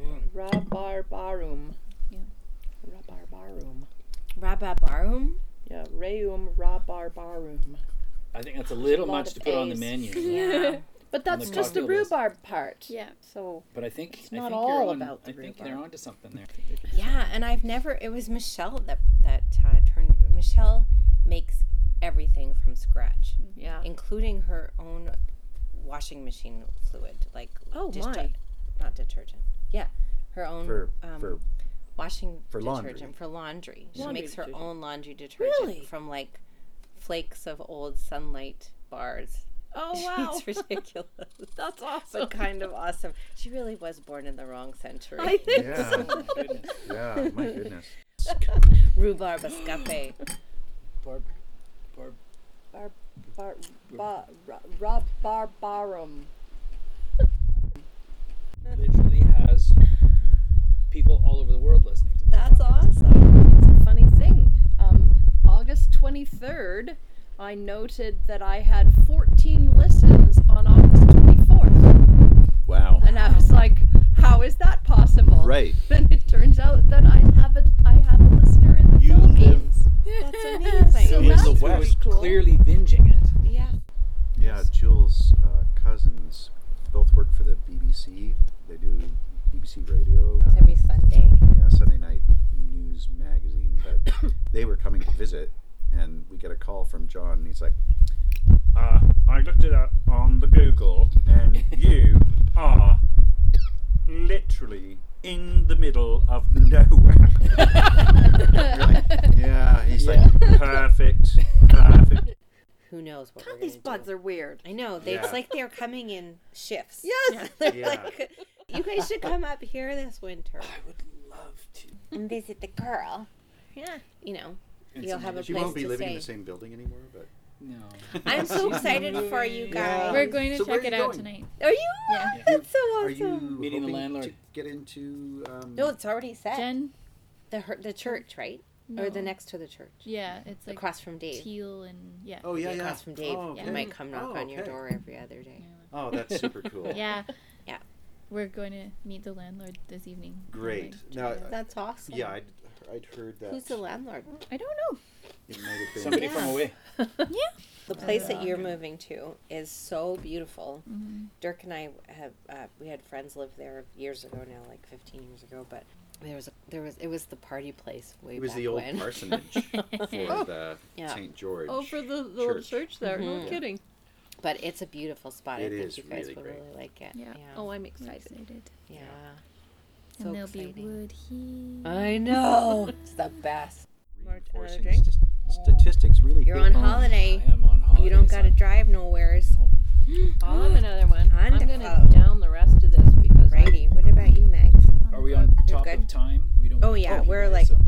Speaker 5: Mm.
Speaker 2: rabarbarum.
Speaker 4: Yeah.
Speaker 2: Rabarbarum.
Speaker 7: Rababarum.
Speaker 2: Yeah, reum rabarbarum.
Speaker 5: I think that's a little
Speaker 2: lot
Speaker 5: much
Speaker 2: of
Speaker 5: to put on the
Speaker 2: A's.
Speaker 5: menu.
Speaker 7: Yeah.
Speaker 2: But that's
Speaker 5: the
Speaker 2: just the
Speaker 5: cocktail list.
Speaker 2: rhubarb part.
Speaker 4: Yeah.
Speaker 2: So
Speaker 5: But I think it's
Speaker 2: not
Speaker 5: I think
Speaker 2: all
Speaker 5: you're on,
Speaker 2: about the
Speaker 5: I think
Speaker 2: rhubarb.
Speaker 5: they're onto something there.
Speaker 7: yeah, and I've never. It was Michelle that that uh, turned. Michelle makes everything from scratch,
Speaker 2: yeah.
Speaker 7: including her own washing machine fluid, like
Speaker 2: Oh
Speaker 7: deter-
Speaker 2: my.
Speaker 7: not detergent. Yeah, her own
Speaker 6: For,
Speaker 7: um,
Speaker 6: for
Speaker 7: washing
Speaker 6: For laundry.
Speaker 7: detergent for laundry. She
Speaker 2: Laundry
Speaker 7: makes her
Speaker 2: detergent.
Speaker 7: own laundry detergent
Speaker 2: Really?
Speaker 7: from like flakes of old sunlight bars.
Speaker 2: Oh wow.
Speaker 7: it's ridiculous,
Speaker 2: that's awesome.
Speaker 7: but kind of awesome. She really was born in the wrong century.
Speaker 2: I think
Speaker 6: yeah,
Speaker 5: Oh, my goodness.
Speaker 6: yeah. My goodness.
Speaker 7: Rhubarb escape.
Speaker 5: Barb, barb,
Speaker 2: bar, bar, ra, rabarbarum.
Speaker 5: literally has people all over the world listening to this.
Speaker 7: That's
Speaker 5: podcast.
Speaker 7: awesome.
Speaker 2: It's a funny thing. Um, August 23rd, I noted that I had 14 listens on August 24th.
Speaker 6: Wow.
Speaker 2: And I was like, how is that possible?
Speaker 6: Right.
Speaker 2: Then it turns out that I have a, I have a listener in the
Speaker 6: You live-
Speaker 2: Philippines.
Speaker 7: That's amazing.
Speaker 5: So
Speaker 2: So
Speaker 5: in
Speaker 2: that's
Speaker 5: the
Speaker 2: pretty
Speaker 5: West,
Speaker 2: cool.
Speaker 5: clearly binging it.
Speaker 7: Yeah.
Speaker 6: Yeah, Jules' uh, cousins both work for the BBC. They do BBC Radio. uh,
Speaker 7: Every Sunday.
Speaker 6: yeah, Sunday night news magazine. But they were coming to visit, and we get a call from John, and he's like,
Speaker 3: Uh, I looked it up on the Google, and you are literally in the middle of nowhere.
Speaker 6: "Yeah." He's like,
Speaker 3: perfect, perfect.
Speaker 7: Who knows what we're
Speaker 2: These
Speaker 7: gonna
Speaker 2: buds are weird.
Speaker 7: do. I know. They, It's
Speaker 3: Yeah.
Speaker 7: like they're coming in shifts.
Speaker 2: Yes.
Speaker 7: They're
Speaker 3: Yeah.
Speaker 7: like, you guys should come up here this winter
Speaker 5: I would love to.
Speaker 7: and visit the girl.
Speaker 2: Yeah.
Speaker 7: You know,
Speaker 5: And
Speaker 7: you'll
Speaker 5: some
Speaker 7: have a
Speaker 6: "She
Speaker 7: place
Speaker 6: won't be
Speaker 7: to
Speaker 6: living in
Speaker 7: stay.
Speaker 6: the same building anymore." But
Speaker 5: No.
Speaker 7: I'm so excited for you guys.
Speaker 4: We're going to
Speaker 6: So where
Speaker 4: check it
Speaker 6: are you
Speaker 4: out
Speaker 6: going?
Speaker 4: tonight.
Speaker 7: Are you?
Speaker 4: Yeah.
Speaker 7: That's so
Speaker 6: are
Speaker 7: awesome.
Speaker 6: you
Speaker 5: Meeting the
Speaker 6: hoping
Speaker 5: landlord.
Speaker 6: to get into? Um,
Speaker 7: No, it's already set.
Speaker 4: Jen,
Speaker 7: The her- the church, right? Or the
Speaker 4: No.
Speaker 7: next to the church.
Speaker 4: Yeah, it's like
Speaker 7: across from Dave.
Speaker 4: teal and yeah.
Speaker 6: Oh yeah, yeah.
Speaker 7: Across from Dave.
Speaker 6: Oh,
Speaker 7: He
Speaker 6: okay.
Speaker 7: might come knock
Speaker 6: Oh,
Speaker 7: on your
Speaker 6: okay.
Speaker 7: door every other day.
Speaker 6: Oh, that's super cool.
Speaker 4: Yeah.
Speaker 7: Yeah.
Speaker 4: We're going to meet the landlord this evening.
Speaker 6: Great. Now, uh,
Speaker 7: That's awesome.
Speaker 6: yeah, I'd, I'd heard that.
Speaker 7: Who's the landlord?
Speaker 4: I don't know.
Speaker 6: It might have been
Speaker 5: Somebody
Speaker 7: Yeah.
Speaker 5: from away.
Speaker 7: The place that you're moving to is so beautiful. Dirk and I have uh, we had friends live there years ago now, like 15 years ago. But there was a, there was it was the party place way
Speaker 6: It was
Speaker 7: back
Speaker 6: the old
Speaker 7: when.
Speaker 6: parsonage for the
Speaker 7: Yeah.
Speaker 6: St. George.
Speaker 2: Oh, for the, the little
Speaker 6: Church.
Speaker 2: church there. No kidding.
Speaker 7: But it's a beautiful spot. I
Speaker 6: It
Speaker 7: think
Speaker 6: is
Speaker 7: you guys
Speaker 6: really
Speaker 7: would
Speaker 6: great.
Speaker 7: really like it.
Speaker 4: Yeah.
Speaker 2: Oh, I'm
Speaker 4: We're
Speaker 2: excited.
Speaker 4: excited.
Speaker 7: yeah.
Speaker 4: and
Speaker 7: So
Speaker 4: there'll be
Speaker 7: exciting. Uh,
Speaker 4: wood he.
Speaker 7: I know. it's the best. uh,
Speaker 6: Reinforcing st- statistics really
Speaker 7: You're
Speaker 6: good.
Speaker 7: on
Speaker 5: I
Speaker 7: holiday.
Speaker 5: am on holiday.
Speaker 7: You don't got to drive nowheres.
Speaker 2: Oh, I'm another one. I'm going to
Speaker 7: Wonderful.
Speaker 2: down the rest of this because I'm-
Speaker 7: Righty. What about you, Meg?
Speaker 5: Are we on top
Speaker 7: good?
Speaker 5: of time? We don't.
Speaker 7: Oh, yeah,
Speaker 5: keep
Speaker 7: we're
Speaker 5: you
Speaker 7: like-
Speaker 5: so-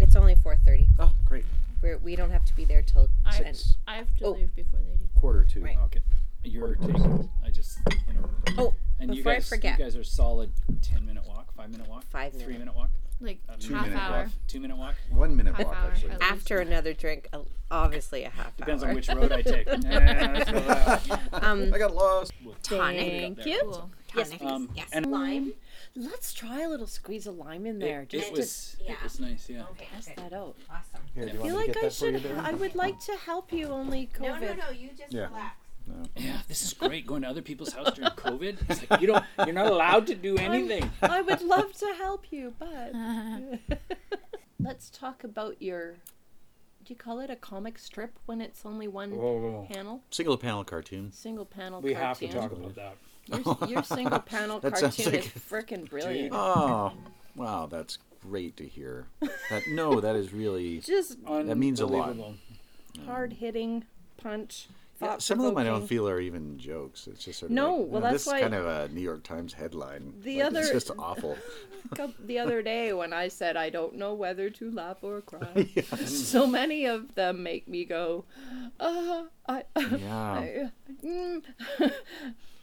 Speaker 7: It's only 4:30.
Speaker 6: Oh, great.
Speaker 7: We're, we don't have to be there till
Speaker 4: I-
Speaker 7: ten.
Speaker 4: I have to
Speaker 7: Oh.
Speaker 4: leave before they do.
Speaker 6: Quarter to.
Speaker 7: Right.
Speaker 5: Okay. You're taking. I just. You know,
Speaker 7: Oh,
Speaker 5: and you
Speaker 7: before I
Speaker 5: guys,
Speaker 7: forget.
Speaker 5: you guys are solid. Ten minute walk, five minute walk,
Speaker 7: Five
Speaker 5: three
Speaker 7: minute.
Speaker 5: minute walk,
Speaker 4: Like
Speaker 5: a
Speaker 4: half
Speaker 6: minute
Speaker 4: hour.
Speaker 6: walk.
Speaker 5: two minute walk.
Speaker 6: One minute
Speaker 4: Half
Speaker 6: walk,
Speaker 4: hour.
Speaker 6: actually.
Speaker 4: at
Speaker 7: after another drink, a- obviously a half
Speaker 5: Depends
Speaker 7: hour.
Speaker 5: on which road I take. Eh, let's go that.
Speaker 7: um,
Speaker 6: I got lost.
Speaker 7: tonic.
Speaker 2: Thank
Speaker 4: least.
Speaker 2: you.
Speaker 4: Cool.
Speaker 7: Yes, Tonic. please.
Speaker 5: Um,
Speaker 7: yes.
Speaker 5: and-
Speaker 2: Lime. Let's try a little squeeze of lime in there.
Speaker 5: It,
Speaker 2: just
Speaker 5: it was.
Speaker 7: yeah.
Speaker 5: It was nice. Yeah.
Speaker 7: Okay,
Speaker 2: to that out.
Speaker 7: Awesome.
Speaker 6: Here, do you
Speaker 2: I
Speaker 6: want me
Speaker 2: feel like
Speaker 6: to get
Speaker 2: I
Speaker 6: that for you,
Speaker 2: should.
Speaker 6: Dave?
Speaker 2: I would like to help you, only COVID.
Speaker 7: No, no, no. You just
Speaker 6: Yeah.
Speaker 7: relax.
Speaker 5: Yeah. This is great. Going to other people's house during COVID. It's like you don't. You're not allowed to do anything.
Speaker 2: I would love to help you, but let's talk about your. Do you call it a comic strip when it's only one
Speaker 6: Oh,
Speaker 5: Whoa.
Speaker 2: panel,
Speaker 6: Single panel cartoon.
Speaker 2: single panel?
Speaker 5: We have to
Speaker 2: cartoon?
Speaker 5: talk about that.
Speaker 2: Your, your single panel
Speaker 6: That
Speaker 2: cartoon
Speaker 6: sounds
Speaker 2: is
Speaker 6: like-
Speaker 2: freaking brilliant.
Speaker 6: Oh, wow. That's great to hear. That No, that is really.
Speaker 2: Just
Speaker 6: That means a lot.
Speaker 5: Unbelievable.
Speaker 2: hard hitting punch.
Speaker 6: Yeah, some of them I don't feel are even jokes. It's just sort of
Speaker 2: No,
Speaker 6: like, "No,
Speaker 2: well, that's
Speaker 6: this
Speaker 2: why-
Speaker 6: is kind of a New York Times headline.
Speaker 2: The
Speaker 6: Like,
Speaker 2: other-
Speaker 6: it's just awful.
Speaker 2: Cou- the other day when I said I don't know whether to laugh or cry. So many of them make me go, uh, I,
Speaker 6: Yeah,
Speaker 2: I- mm."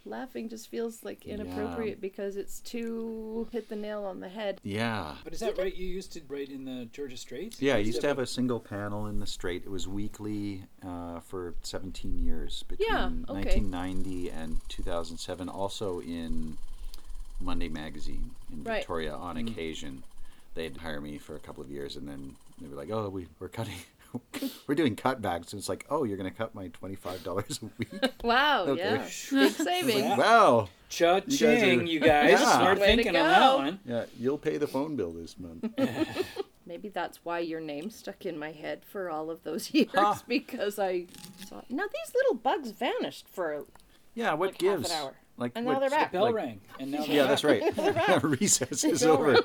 Speaker 2: laughing just feels like inappropriate because it's too hit the nail on the head.
Speaker 6: yeah.
Speaker 5: But is that right? You used to write in the Georgia Straits?
Speaker 6: Yeah, I
Speaker 5: You
Speaker 6: used to have a single panel in the Strait. It was weekly uh, for 17 years between
Speaker 2: Yeah, okay.
Speaker 6: 1990 and 2007. Also in Monday Magazine in
Speaker 2: Right. Mm-hmm.
Speaker 6: Victoria on occasion. They'd hire me for a couple of years, and then they were like, "Oh, we, we're cutting, we're doing cutbacks." And it's like, "Oh, you're going to cut my twenty-five dollars a week?
Speaker 2: Wow,
Speaker 6: Okay.
Speaker 2: Oh, yeah. Big savings.
Speaker 6: Wow,
Speaker 5: Cha-ching, you guys.
Speaker 6: Yeah.
Speaker 5: Smart
Speaker 2: Way to
Speaker 5: thinking on that
Speaker 2: go.
Speaker 5: one.
Speaker 6: yeah, you'll pay the phone bill this month."
Speaker 2: Maybe that's why your name stuck in my head for all of those years because I saw. Now, these little bugs vanished for.
Speaker 6: Yeah, what
Speaker 2: Like half an
Speaker 6: gives?
Speaker 2: hour.
Speaker 6: Like
Speaker 2: And now
Speaker 6: what's-
Speaker 2: they're back.
Speaker 5: Bell
Speaker 6: like-
Speaker 5: rang. And now
Speaker 6: Yeah, that's right. Recess is over.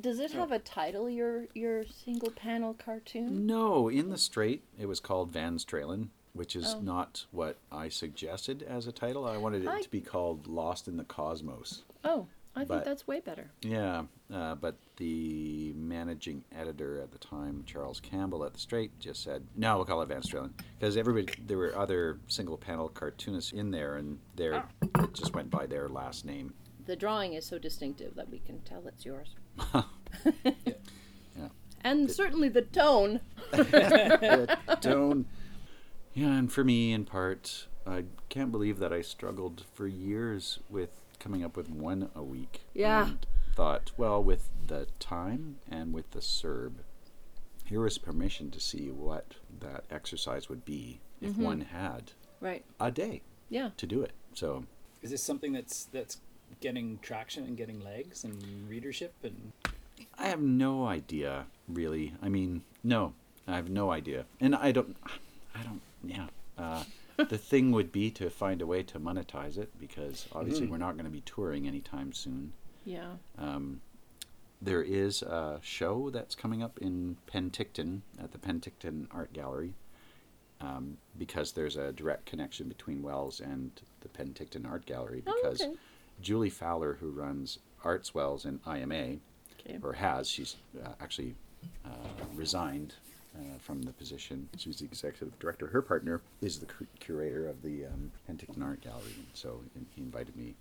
Speaker 2: Does it have a title, your, your single panel cartoon?
Speaker 6: No, in the straight, it was called Van's Trailin', which
Speaker 2: Oh.
Speaker 6: is not what I suggested as a title. I wanted it
Speaker 2: I-
Speaker 6: to be called Lost in the Cosmos.
Speaker 2: Oh, I think
Speaker 6: But-
Speaker 2: that's way better.
Speaker 6: Yeah, uh, but the managing editor at the time, Charles Campbell at the Straight, just said, "No, we'll call it Van Stralen," because everybody there were other single panel cartoonists in there, and their
Speaker 2: Oh.
Speaker 6: it just went by their last name.
Speaker 2: The drawing is so distinctive that we can tell it's yours.
Speaker 6: Yeah.
Speaker 2: And certainly the tone.
Speaker 6: Don't. Yeah, and for me, in part, I can't believe that I struggled for years with coming up with one a week.
Speaker 2: Yeah.
Speaker 6: And thought, well, with the time and with the SERB, here was permission to see what that exercise would be if one had
Speaker 2: Right.
Speaker 6: a day
Speaker 2: Yeah.
Speaker 6: to do it. So,
Speaker 5: Is this something that's that's getting traction and getting legs and readership and
Speaker 6: I have no idea, really. I mean, no, I have no idea, and I don't, I don't. Yeah, uh, the thing would be to find a way to monetize it because obviously we're not going to be touring anytime soon.
Speaker 2: Yeah.
Speaker 6: There is a show that's coming up in Penticton at the Penticton Art Gallery um, because there's a direct connection between Wells and the Penticton Art Gallery
Speaker 2: Oh,
Speaker 6: because
Speaker 2: okay.
Speaker 6: Julie Fowler, who runs Arts Wells and IMA,
Speaker 2: Okay.
Speaker 6: or has. She's uh, actually uh, resigned uh, from the position. She's the executive director. Her partner is the cu- curator of the um, Penticton Art Gallery, and so in- he invited me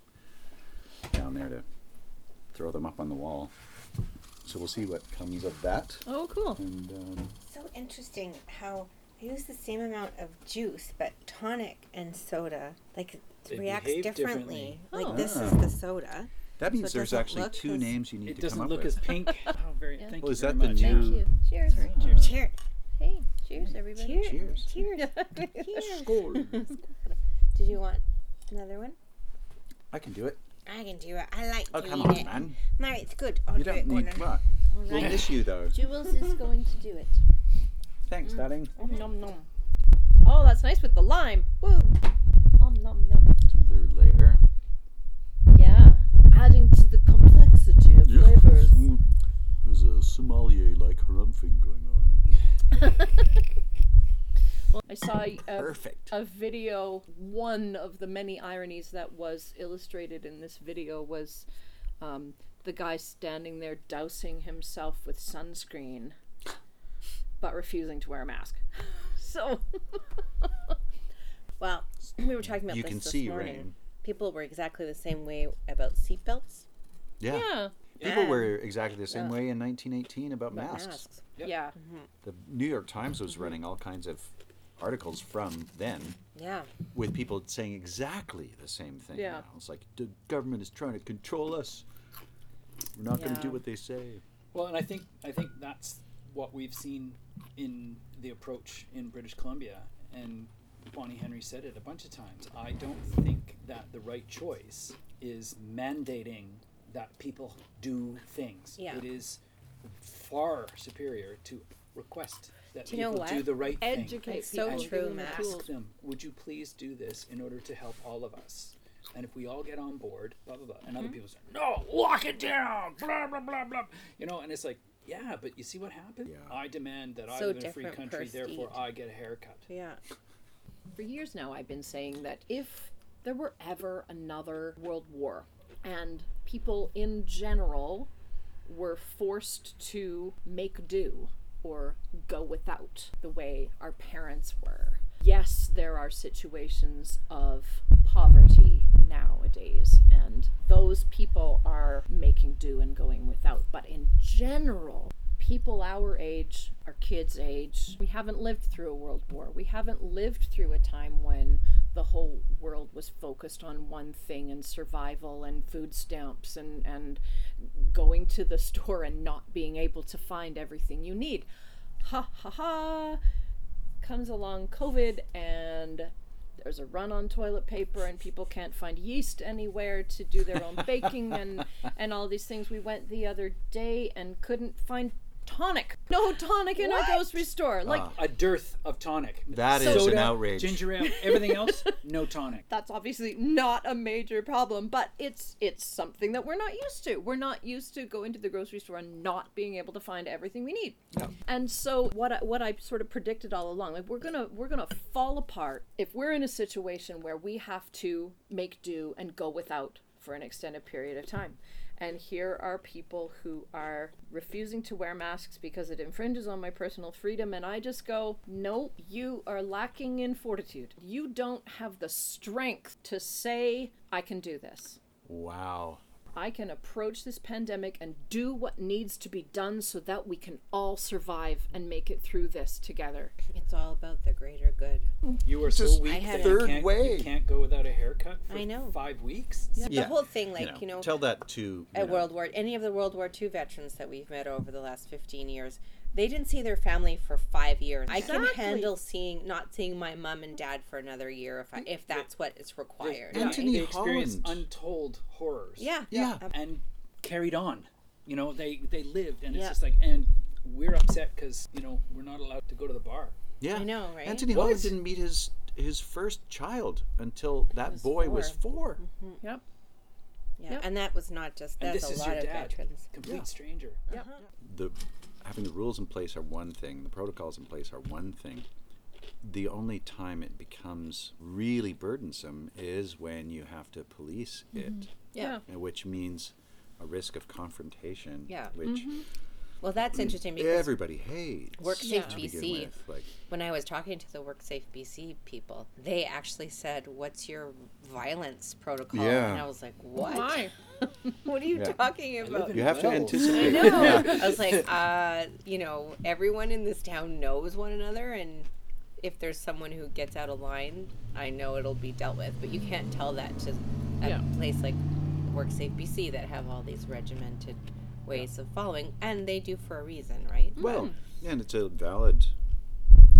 Speaker 6: down there to throw them up on the wall. So we'll see what comes of that.
Speaker 2: Oh, cool.
Speaker 6: And um,
Speaker 7: So interesting how I use the same amount of juice, but tonic and soda like it
Speaker 5: They
Speaker 7: reacts
Speaker 5: behave
Speaker 7: differently.
Speaker 5: differently.
Speaker 7: Like
Speaker 2: Oh.
Speaker 7: this is
Speaker 6: Ah.
Speaker 7: the soda.
Speaker 6: that means
Speaker 7: So it
Speaker 6: there's
Speaker 7: doesn't
Speaker 6: actually
Speaker 7: look
Speaker 6: two
Speaker 7: as-
Speaker 6: names you need
Speaker 5: It
Speaker 6: to come
Speaker 5: doesn't
Speaker 6: up
Speaker 5: look
Speaker 6: with.
Speaker 5: as pink. Oh, very.
Speaker 4: Yeah.
Speaker 5: Thank
Speaker 6: well,
Speaker 5: you
Speaker 6: is that
Speaker 5: very
Speaker 6: the
Speaker 5: much.
Speaker 6: new?
Speaker 4: you.
Speaker 1: Cheers.
Speaker 6: Cheers.
Speaker 7: Cheers!
Speaker 4: Hey, cheers, everybody.
Speaker 7: Cheers!
Speaker 6: Cheers.
Speaker 7: Cheers! Cheers! Did you want another one?
Speaker 6: I can do it.
Speaker 7: I can do it. I like
Speaker 6: Oh
Speaker 7: doing
Speaker 6: come on,
Speaker 7: it.
Speaker 6: man!
Speaker 7: No, it's good. I'll
Speaker 6: You
Speaker 7: do
Speaker 6: don't
Speaker 7: it,
Speaker 6: need
Speaker 7: Gordon.
Speaker 6: much. We'll miss you though.
Speaker 4: Jules is going to do it.
Speaker 7: Mm.
Speaker 6: Thanks, darling.
Speaker 2: Mm-hmm. Nom nom. Oh, that's nice with the lime. Woo. Om nom nom.
Speaker 6: Another layer.
Speaker 2: Yeah. Adding to the complexity of flavors.
Speaker 6: There's a sommelier-like harumphing going on.
Speaker 2: I saw a,
Speaker 6: Perfect.
Speaker 2: a video. One of the many ironies that was illustrated in this video was um, the guy standing there dousing himself with sunscreen, but refusing to wear a mask. So
Speaker 7: Well, we were talking about
Speaker 6: You
Speaker 7: this
Speaker 6: can
Speaker 7: this
Speaker 6: see
Speaker 7: morning.
Speaker 6: rain.
Speaker 7: People were exactly the same way about seatbelts.
Speaker 6: Yeah.
Speaker 2: yeah,
Speaker 6: People were exactly the same way in 1918 about masks.
Speaker 7: Masks. Mm-hmm.
Speaker 2: yeah.
Speaker 6: The New York Times was running all kinds of articles from then
Speaker 7: Yeah.
Speaker 6: with people saying exactly the same thing.
Speaker 2: Yeah.
Speaker 6: now. It's like the government is trying to control us. We're not going to do
Speaker 2: Yeah.
Speaker 6: what they say.
Speaker 5: Well, and I think I think that's what we've seen in the approach in British Columbia, and Bonnie Henry said it a bunch of times. I don't think that the right choice is mandating that people do things.
Speaker 7: Yeah.
Speaker 5: It is far superior to request that
Speaker 7: Do you know
Speaker 5: people do
Speaker 7: what?
Speaker 5: the right thing.
Speaker 2: Educate
Speaker 7: It's so
Speaker 2: people.
Speaker 5: And
Speaker 7: true,
Speaker 5: you
Speaker 7: Matt.
Speaker 5: Ask them, would you please do this in order to help all of us? And if we all get on board, blah blah blah. And
Speaker 7: Mm-hmm.
Speaker 5: other people say, no, lock it down, blah blah blah blah. You know, and it's like, yeah, but you see what happened?
Speaker 6: Yeah.
Speaker 5: I demand that I
Speaker 7: So
Speaker 5: live in a free
Speaker 7: different per
Speaker 5: country, therefore
Speaker 7: state.
Speaker 5: I get a haircut.
Speaker 7: Yeah.
Speaker 2: For years now, I've been saying that if there were ever another world war and people in general were forced to make do or go without the way our parents were, yes, there are situations of poverty nowadays, and those people are making do and going without. But in general, people our age, our kids' age, we haven't lived through a world war. We haven't lived through a time when the whole world was focused on one thing and survival and food stamps and, and going to the store and not being able to find everything you need. Ha ha ha! Comes along COVID and there's a run on toilet paper and people can't find yeast anywhere to do their own baking and and all these things we went the other day and couldn't find tonic no tonic in our grocery store like
Speaker 5: A dearth of tonic.
Speaker 6: That is an outrage.
Speaker 5: Ginger ale, everything else, no tonic.
Speaker 2: that's obviously not a major problem but it's it's something that we're not used to we're not used to going to the grocery store and not being able to find everything we need and so what I, what i sort of predicted all along like we're gonna we're gonna fall apart if we're in a situation where we have to make do and go without for an extended period of time and here are people who are refusing to wear masks because it infringes on my personal freedom. And I just go, nope, you are lacking in fortitude. You don't have the strength to say, I can do this.
Speaker 6: Wow.
Speaker 2: I can approach this pandemic and do what needs to be done so that we can all survive and make it through this together.
Speaker 7: It's all about the greater good.
Speaker 5: You are
Speaker 6: Just
Speaker 5: so
Speaker 7: I
Speaker 5: weak
Speaker 7: had
Speaker 5: that
Speaker 7: a-
Speaker 5: you
Speaker 6: Third
Speaker 5: can't,
Speaker 6: way.
Speaker 5: you can't go without a haircut for
Speaker 7: I know.
Speaker 5: five weeks.
Speaker 6: Yeah.
Speaker 7: The whole thing, like, you know,
Speaker 6: tell that to you
Speaker 7: at
Speaker 6: know,
Speaker 7: World War, any of the World War II veterans that we've met over the last 15 years, they didn't see their family for five years. I can
Speaker 2: Exactly.
Speaker 7: handle seeing, not seeing my mom and dad for another year if I, if that's what is required.
Speaker 5: Yeah,
Speaker 6: Anthony
Speaker 5: they experience
Speaker 6: Holland.
Speaker 5: untold horrors.
Speaker 7: Yeah.
Speaker 6: Yeah.
Speaker 5: and carried on. You know, they they lived, and
Speaker 7: Yeah.
Speaker 5: it's just like, and we're upset because you know we're not allowed to go to the bar.
Speaker 6: Yeah,
Speaker 7: I know, right?
Speaker 6: Anthony
Speaker 5: What?
Speaker 6: Holland didn't meet his his first child until that boy was four.
Speaker 7: Mm-hmm.
Speaker 2: Yep.
Speaker 7: Yeah.
Speaker 2: Yep.
Speaker 7: And that was not just,
Speaker 5: And
Speaker 7: that's
Speaker 5: this
Speaker 7: a
Speaker 5: is
Speaker 7: lot
Speaker 5: your
Speaker 7: of
Speaker 5: dad,
Speaker 7: veterans.
Speaker 5: complete stranger.
Speaker 6: The having the rules in place are one thing. The protocols in place are one thing. The only time it becomes really burdensome is when you have to police it,
Speaker 7: Mm-hmm.
Speaker 2: Yeah.
Speaker 6: and which means a risk of confrontation.
Speaker 7: Yeah.
Speaker 6: Which
Speaker 7: Well, that's interesting because
Speaker 6: Everybody hates
Speaker 7: WorkSafe
Speaker 6: to begin
Speaker 7: BC.
Speaker 6: with, Like,
Speaker 7: when I was talking to the WorkSafe BC people, they actually said, "What's your violence protocol?"
Speaker 6: Yeah.
Speaker 7: And I was like, "What?
Speaker 2: My.
Speaker 7: what are you
Speaker 6: Yeah.
Speaker 7: talking about?"
Speaker 6: you have to
Speaker 5: Well.
Speaker 6: anticipate.
Speaker 7: No, I was like, uh, you know, everyone in this town knows one another, and if there's someone who gets out of line, I know it'll be dealt with. But you can't tell that to a
Speaker 2: Yeah.
Speaker 7: place like WorkSafe BC that have all these regimented ways of following, and they do for a reason, right?
Speaker 6: Well, and it's a valid.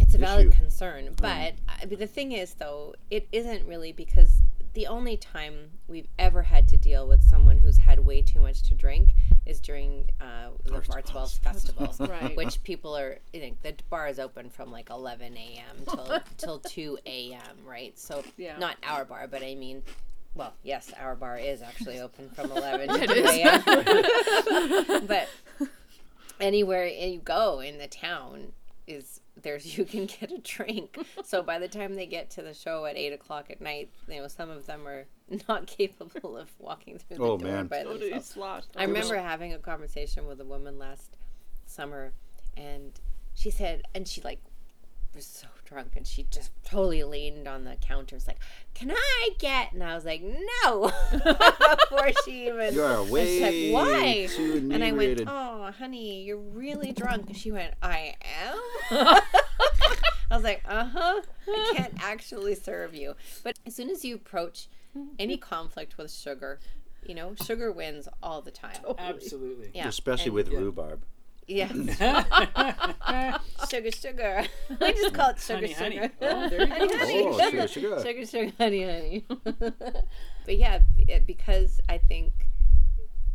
Speaker 7: It's a valid
Speaker 6: issue.
Speaker 7: concern, but I but the thing is, though, it isn't really because the only time we've ever had to deal with someone who's had way too much to drink is during uh, the Arts Wells Festival,
Speaker 2: Right.
Speaker 7: which people are. You know, the bar is open from like 11 a.m. till till 2 a.m. Right? So
Speaker 2: Yeah.
Speaker 7: not our bar, but I mean. Well, yes, our bar is actually open from 11 to 2 a.m. but anywhere you go in the town is there's you can get a drink. so by the time they get to the show at eight o'clock at night, you know some of them are not capable of walking through the
Speaker 6: Oh,
Speaker 7: door
Speaker 6: man.
Speaker 7: by
Speaker 2: Totally
Speaker 7: themselves.
Speaker 2: sloshed.
Speaker 7: I remember having a conversation with a woman last summer, and she said, and she like was so drunk, and she just totally leaned on the counter. Was like, "Can I get?" And I was like, "No," before she even.
Speaker 6: You are
Speaker 7: And she's
Speaker 6: way
Speaker 7: like, why?
Speaker 6: too
Speaker 7: and I went,
Speaker 6: inebriated.
Speaker 7: oh, honey, you're really drunk. And she went, I am. I was like, uh huh. I can't actually serve you. But as soon as you approach any conflict with sugar, you know, sugar wins all the time.
Speaker 5: Absolutely.
Speaker 7: Yeah.
Speaker 6: especially
Speaker 7: and-
Speaker 6: with rhubarb.
Speaker 7: Yeah. sugar, sugar. I just call it sugar,
Speaker 5: honey,
Speaker 7: sugar.
Speaker 5: honey. Oh, there you go.
Speaker 7: Honey,
Speaker 6: Oh, sugar,
Speaker 7: sugar,
Speaker 6: sugar.
Speaker 7: sugar, sugar, honey, honey. but yeah, b- it- because I think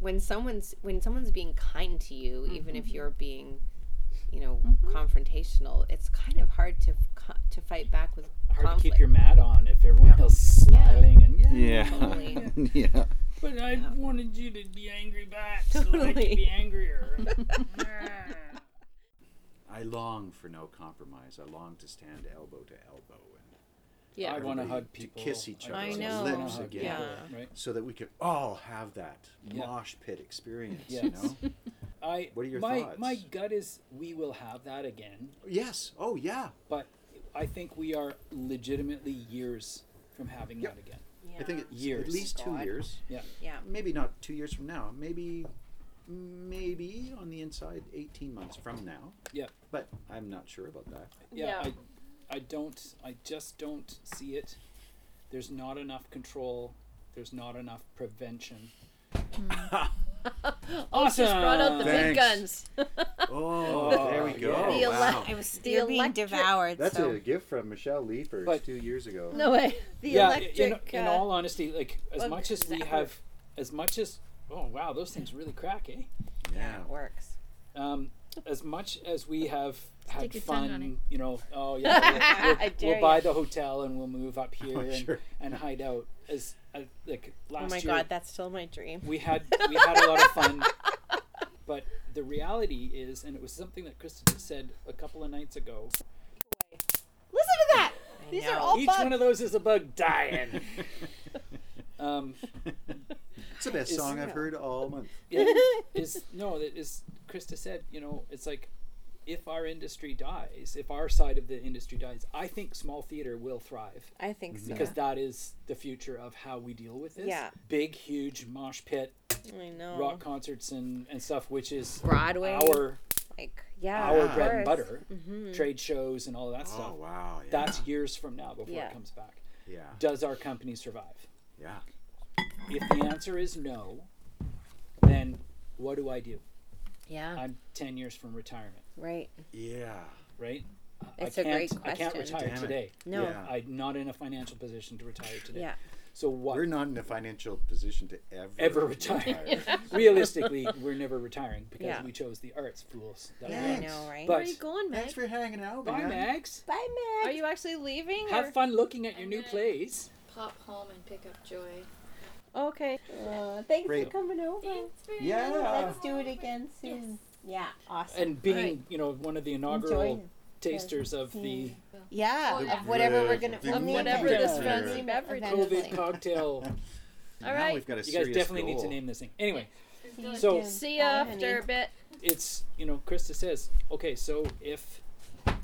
Speaker 7: when someone's when someone's being kind to you, even
Speaker 5: Mm-hmm.
Speaker 7: if you're being, you know, confrontational, it's kind of hard to f- co- to fight back with
Speaker 5: Hard
Speaker 7: conflict.
Speaker 5: to keep your mat on if everyone else is smiling and yeah.
Speaker 6: Yeah. yeah.
Speaker 5: But I wanted you to be angry back so I could
Speaker 7: Totally.
Speaker 5: be angrier.
Speaker 6: I long for no compromise. I long to stand elbow to elbow and
Speaker 2: Yeah.
Speaker 5: I want to
Speaker 6: Everybody
Speaker 5: hug
Speaker 6: to
Speaker 5: people.
Speaker 6: kiss
Speaker 5: I
Speaker 6: each
Speaker 7: other. I
Speaker 5: just
Speaker 7: know.
Speaker 5: wanna
Speaker 6: Lips
Speaker 5: hug
Speaker 6: again.
Speaker 5: people,
Speaker 7: Yeah.
Speaker 5: Right.
Speaker 6: so that we could all have that
Speaker 5: Yeah.
Speaker 6: mosh pit experience. You
Speaker 5: Yes.
Speaker 6: know?
Speaker 5: I.
Speaker 6: What are your
Speaker 5: my,
Speaker 6: thoughts?
Speaker 5: My gut is we will have that again,
Speaker 6: yes. Oh yeah.
Speaker 5: but I think we are legitimately years from having that again.
Speaker 7: yeah.
Speaker 6: I think it's
Speaker 5: Years.
Speaker 6: at least two
Speaker 7: God.
Speaker 6: years.
Speaker 5: Yeah.
Speaker 7: yeah.
Speaker 6: Maybe not two years from now. Maybe, maybe on the inside, eighteen months from now.
Speaker 5: Yeah.
Speaker 6: But I'm not sure about that.
Speaker 5: yeah,
Speaker 2: Yeah.
Speaker 5: I, I don't i just don't see it there's not enough control there's not enough prevention awesome
Speaker 2: Just Hmm. Oh, brought out the big
Speaker 6: Thanks.
Speaker 2: guns.
Speaker 6: Oh, there we go.
Speaker 2: The ele-
Speaker 6: wow.
Speaker 7: I was
Speaker 2: The
Speaker 7: you're being
Speaker 2: electric-
Speaker 7: devoured.
Speaker 6: That's
Speaker 7: so.
Speaker 6: a gift from Michelle Leafers
Speaker 5: But-
Speaker 6: two years ago.
Speaker 2: No way.
Speaker 5: the
Speaker 2: electric,
Speaker 5: in, in
Speaker 2: uh,
Speaker 5: all honesty like as
Speaker 2: well,
Speaker 5: much as we
Speaker 2: that-
Speaker 5: have as much as oh wow those things really crack eh
Speaker 6: Yeah.
Speaker 7: It works.
Speaker 5: um, as much as we have had
Speaker 4: Stick your tongue on
Speaker 5: fun, you know, oh yeah, we'll-
Speaker 7: I
Speaker 5: we'll,
Speaker 7: dare
Speaker 5: we'll buy the hotel and we'll move up here
Speaker 6: Oh,
Speaker 5: and,
Speaker 6: sure.
Speaker 5: and hide out. As uh, like last
Speaker 7: oh my
Speaker 5: year,
Speaker 7: God, that's still my dream.
Speaker 5: we had we had a lot of fun but the reality is and it was something that kristen said a couple of nights ago
Speaker 2: Listen to that. These are
Speaker 7: know.
Speaker 2: all
Speaker 5: each
Speaker 2: bugs.
Speaker 5: one of those is a bug dying um
Speaker 6: It's the best
Speaker 5: Is-
Speaker 6: song I've heard all month.
Speaker 5: yeah, is no that is krista said you know it's like if our industry dies if our side of the industry dies i think small theater will thrive
Speaker 7: I think so.
Speaker 5: because that is the future of how we deal with this
Speaker 7: Yeah.
Speaker 5: big huge mosh pit
Speaker 7: I know.
Speaker 5: rock concerts and and stuff which is
Speaker 7: Broadway.
Speaker 5: our
Speaker 7: Like, yeah.
Speaker 5: our
Speaker 7: of
Speaker 5: bread and
Speaker 7: course. Mm-hmm.
Speaker 5: butter, trade shows and all that
Speaker 6: Oh
Speaker 5: stuff.
Speaker 6: wow. Yeah.
Speaker 5: That's years from now before
Speaker 7: Yeah.
Speaker 5: it comes back.
Speaker 6: yeah.
Speaker 5: Does our company survive?
Speaker 6: Yeah.
Speaker 5: If the answer is no, then what do I do?
Speaker 7: Yeah.
Speaker 5: I'm 10 years from retirement,
Speaker 7: Right.
Speaker 6: Yeah.
Speaker 5: right? I-
Speaker 7: It's
Speaker 5: I
Speaker 7: a great
Speaker 5: can't, I can't
Speaker 7: question.
Speaker 5: retire
Speaker 6: Damn it.
Speaker 5: today.
Speaker 7: No.
Speaker 6: Yeah.
Speaker 5: I'm not in a financial position to retire today.
Speaker 7: Yeah.
Speaker 5: So what?
Speaker 6: We're not in a financial position to ever
Speaker 5: Ever retire. Realistically, we're never retiring because
Speaker 7: Yeah.
Speaker 5: we chose the arts fools. That
Speaker 6: Yeah.
Speaker 5: we are.
Speaker 7: I know, right?
Speaker 5: But
Speaker 2: going,
Speaker 6: Thanks for hanging out,
Speaker 5: bye,
Speaker 6: man.
Speaker 5: Max.
Speaker 7: Bye,
Speaker 2: Are
Speaker 7: Meg.
Speaker 2: you actually leaving?
Speaker 5: Have
Speaker 2: or-
Speaker 5: fun looking at your
Speaker 4: I'm
Speaker 5: new
Speaker 4: gonna-
Speaker 5: place.
Speaker 4: Pop home and pick up Joy.
Speaker 2: Okay.
Speaker 7: Uh, thanks
Speaker 6: Great.
Speaker 7: for coming over.
Speaker 6: Yeah.
Speaker 7: Let's do it again soon. Yeah. Awesome.
Speaker 5: and being you know one of the inaugural
Speaker 7: Enjoy.
Speaker 5: tasters of the
Speaker 7: yeah.
Speaker 4: The
Speaker 7: of whatever we're
Speaker 6: bread,
Speaker 7: gonna.
Speaker 6: the
Speaker 7: we'll name
Speaker 2: whatever
Speaker 7: it.
Speaker 2: this
Speaker 7: We'll
Speaker 2: fancy
Speaker 7: name it
Speaker 2: beverage is.
Speaker 5: COVID
Speaker 7: eventually.
Speaker 5: cocktail.
Speaker 2: All
Speaker 6: Now
Speaker 2: right.
Speaker 6: we've got a
Speaker 5: You guys
Speaker 6: serious
Speaker 5: definitely need
Speaker 6: goal.
Speaker 5: to name this thing. Anyway,
Speaker 7: See you
Speaker 5: So-
Speaker 7: soon.
Speaker 2: See you
Speaker 7: Bye,
Speaker 2: after
Speaker 7: honey.
Speaker 2: a bit.
Speaker 5: it's you know, Krista says, okay, so if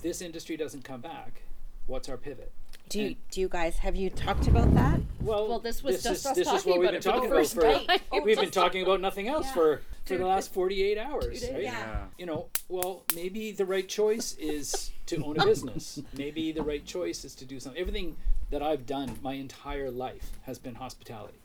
Speaker 5: this industry doesn't come back, what's our pivot?
Speaker 7: Do you, do you guys have you talked about that?
Speaker 5: Well,
Speaker 8: Well, this was
Speaker 5: is,
Speaker 8: just us
Speaker 5: this is
Speaker 8: talking
Speaker 5: what we've
Speaker 8: about
Speaker 5: been
Speaker 8: it for the
Speaker 5: talking
Speaker 8: first
Speaker 5: about
Speaker 8: night.
Speaker 5: for. We've been talking about nothing else for for the last forty eight hours. Right?
Speaker 3: Yeah.
Speaker 5: You know, well, maybe the right choice is to own a business. maybe the right choice is to do something. Everything that I've done my entire life has been hospitality.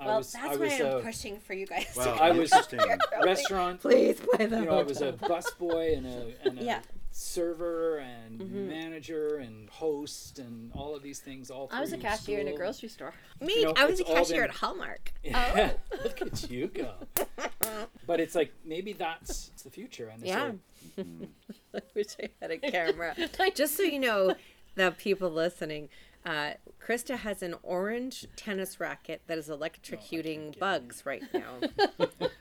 Speaker 5: I
Speaker 7: Well,
Speaker 5: was,
Speaker 7: that's
Speaker 5: I was uh,
Speaker 7: why I'm
Speaker 5: a
Speaker 7: pushing for you guys.
Speaker 6: Wow,
Speaker 5: I was-
Speaker 6: interesting.
Speaker 5: restaurant
Speaker 7: Please play the
Speaker 5: you know, I was a busboy and a, and a
Speaker 7: Yeah.
Speaker 5: server and manager and host and all of these things. All
Speaker 8: I was a
Speaker 5: through
Speaker 8: cashier in a
Speaker 5: school.
Speaker 8: grocery store.
Speaker 7: Me,
Speaker 5: you know,
Speaker 7: I was a
Speaker 5: it's all
Speaker 7: cashier
Speaker 5: been-
Speaker 7: at Hallmark.
Speaker 5: Yeah, look at you go. but it's like maybe that's the future, and it's
Speaker 7: Yeah.
Speaker 5: like,
Speaker 7: I wish I had a camera. Just so you know, the people listening, uh, Krista has an orange tennis racket that is electrocuting bugs right now.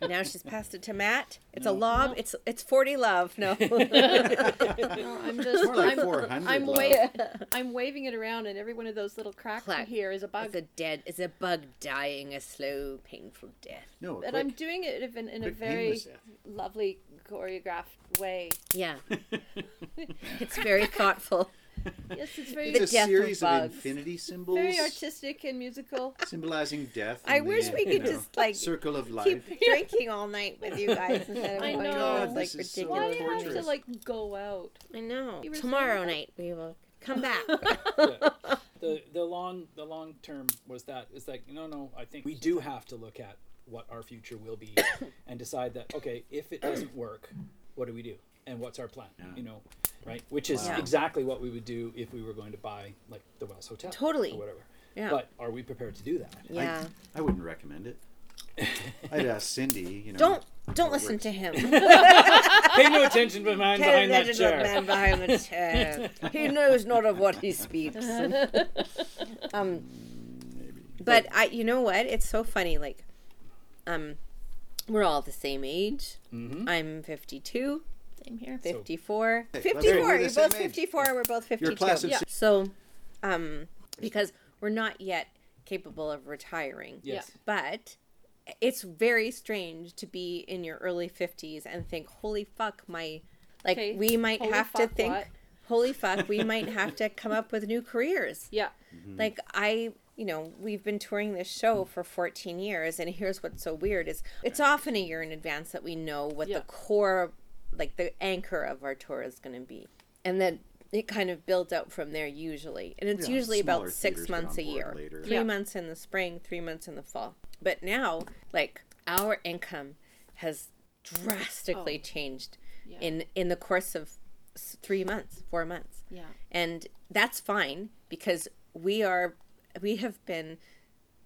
Speaker 7: now she's passed it to Matt. It's a lob. It's it's forty love. No,
Speaker 8: I'm just
Speaker 6: More like
Speaker 8: I'm,
Speaker 6: 400.
Speaker 8: I'm
Speaker 6: love.
Speaker 8: wa- I'm waving it around, and every one of those little cracks
Speaker 7: Clack.
Speaker 8: in here is a bug.
Speaker 7: it's a dead. It's a bug dying a slow, painful death.
Speaker 6: No,
Speaker 8: and I'm doing it in, in a
Speaker 6: quick
Speaker 8: very
Speaker 6: painless death.
Speaker 8: lovely choreographed way.
Speaker 7: Yeah, it's very thoughtful.
Speaker 8: Yes, it's very
Speaker 7: The
Speaker 6: it's
Speaker 7: death
Speaker 6: a
Speaker 7: of
Speaker 6: series of,
Speaker 7: bugs.
Speaker 6: infinity symbols
Speaker 8: very artistic and musical.
Speaker 6: symbolizing death.
Speaker 7: I
Speaker 6: and the,
Speaker 7: wish we
Speaker 6: you
Speaker 7: could
Speaker 6: know,
Speaker 7: just like
Speaker 6: circle of life. Oh
Speaker 7: keep drinking all night with you guys instead of
Speaker 8: I
Speaker 7: going
Speaker 8: know.
Speaker 7: out. It's
Speaker 8: God,
Speaker 7: like
Speaker 6: this is so
Speaker 7: ridiculous.
Speaker 8: Why do you have to
Speaker 6: torturous.
Speaker 8: like go out?
Speaker 7: I know.
Speaker 8: You were saying
Speaker 7: Tomorrow
Speaker 8: that-
Speaker 7: night we will come back.
Speaker 5: the the long the long term was that it's like no no I think we do have to look at what our future will be and decide that okay if it doesn't work what do we do and what's our plan you know right which is
Speaker 7: Wow.
Speaker 5: exactly what we would do if we were going to buy like the Wells Hotel
Speaker 7: Totally.
Speaker 5: or whatever
Speaker 7: Yeah.
Speaker 5: but are we prepared to do that
Speaker 7: yeah.
Speaker 6: I wouldn't recommend it. I'd ask Cindy. You know,
Speaker 7: Don't don't listen to him.
Speaker 5: pay no attention to man
Speaker 7: Tell
Speaker 5: behind that
Speaker 7: that little
Speaker 5: chair
Speaker 7: man behind the chair. He knows not of what he speaks. um, but I, you know what? It's so funny. Like, um, we're all the same age. I'm 52.
Speaker 4: Same here.
Speaker 7: 54.
Speaker 6: Hey, let's say
Speaker 7: 54.
Speaker 6: we're
Speaker 7: You're
Speaker 6: the
Speaker 7: both
Speaker 6: same age.
Speaker 7: 54 and we're both 52.
Speaker 6: class of
Speaker 7: yeah.
Speaker 6: si-
Speaker 7: So, um, because we're not yet capable of retiring.
Speaker 5: yes
Speaker 7: But it's very strange to be in your early 50s and think, holy fuck, my, like,
Speaker 8: Okay,
Speaker 7: we might
Speaker 8: holy
Speaker 7: have to
Speaker 8: fuck
Speaker 7: think,
Speaker 8: what?
Speaker 7: holy fuck, we might have to come up with new careers.
Speaker 8: Yeah.
Speaker 6: Mm-hmm.
Speaker 7: Like I, you know, we've been touring this
Speaker 6: Mm.
Speaker 7: show for 14 years and here's what's so weird is it's often a year in advance that we know what
Speaker 8: Yeah.
Speaker 7: the core like the anchor of our tour is going to be. And then it kind of builds out from there usually. And it's
Speaker 6: Yeah,
Speaker 7: usually about
Speaker 6: smaller
Speaker 7: 6
Speaker 6: theaters get
Speaker 7: months
Speaker 6: on
Speaker 7: a
Speaker 6: board
Speaker 7: year.
Speaker 6: later.
Speaker 7: 3
Speaker 8: Yeah.
Speaker 7: months in the spring, 3 months in the fall. But now like our income has drastically
Speaker 6: Oh.
Speaker 7: changed
Speaker 8: Yeah.
Speaker 7: in in the course of s- 3 months, 4 months
Speaker 8: Yeah.
Speaker 7: and that's fine because we are we have been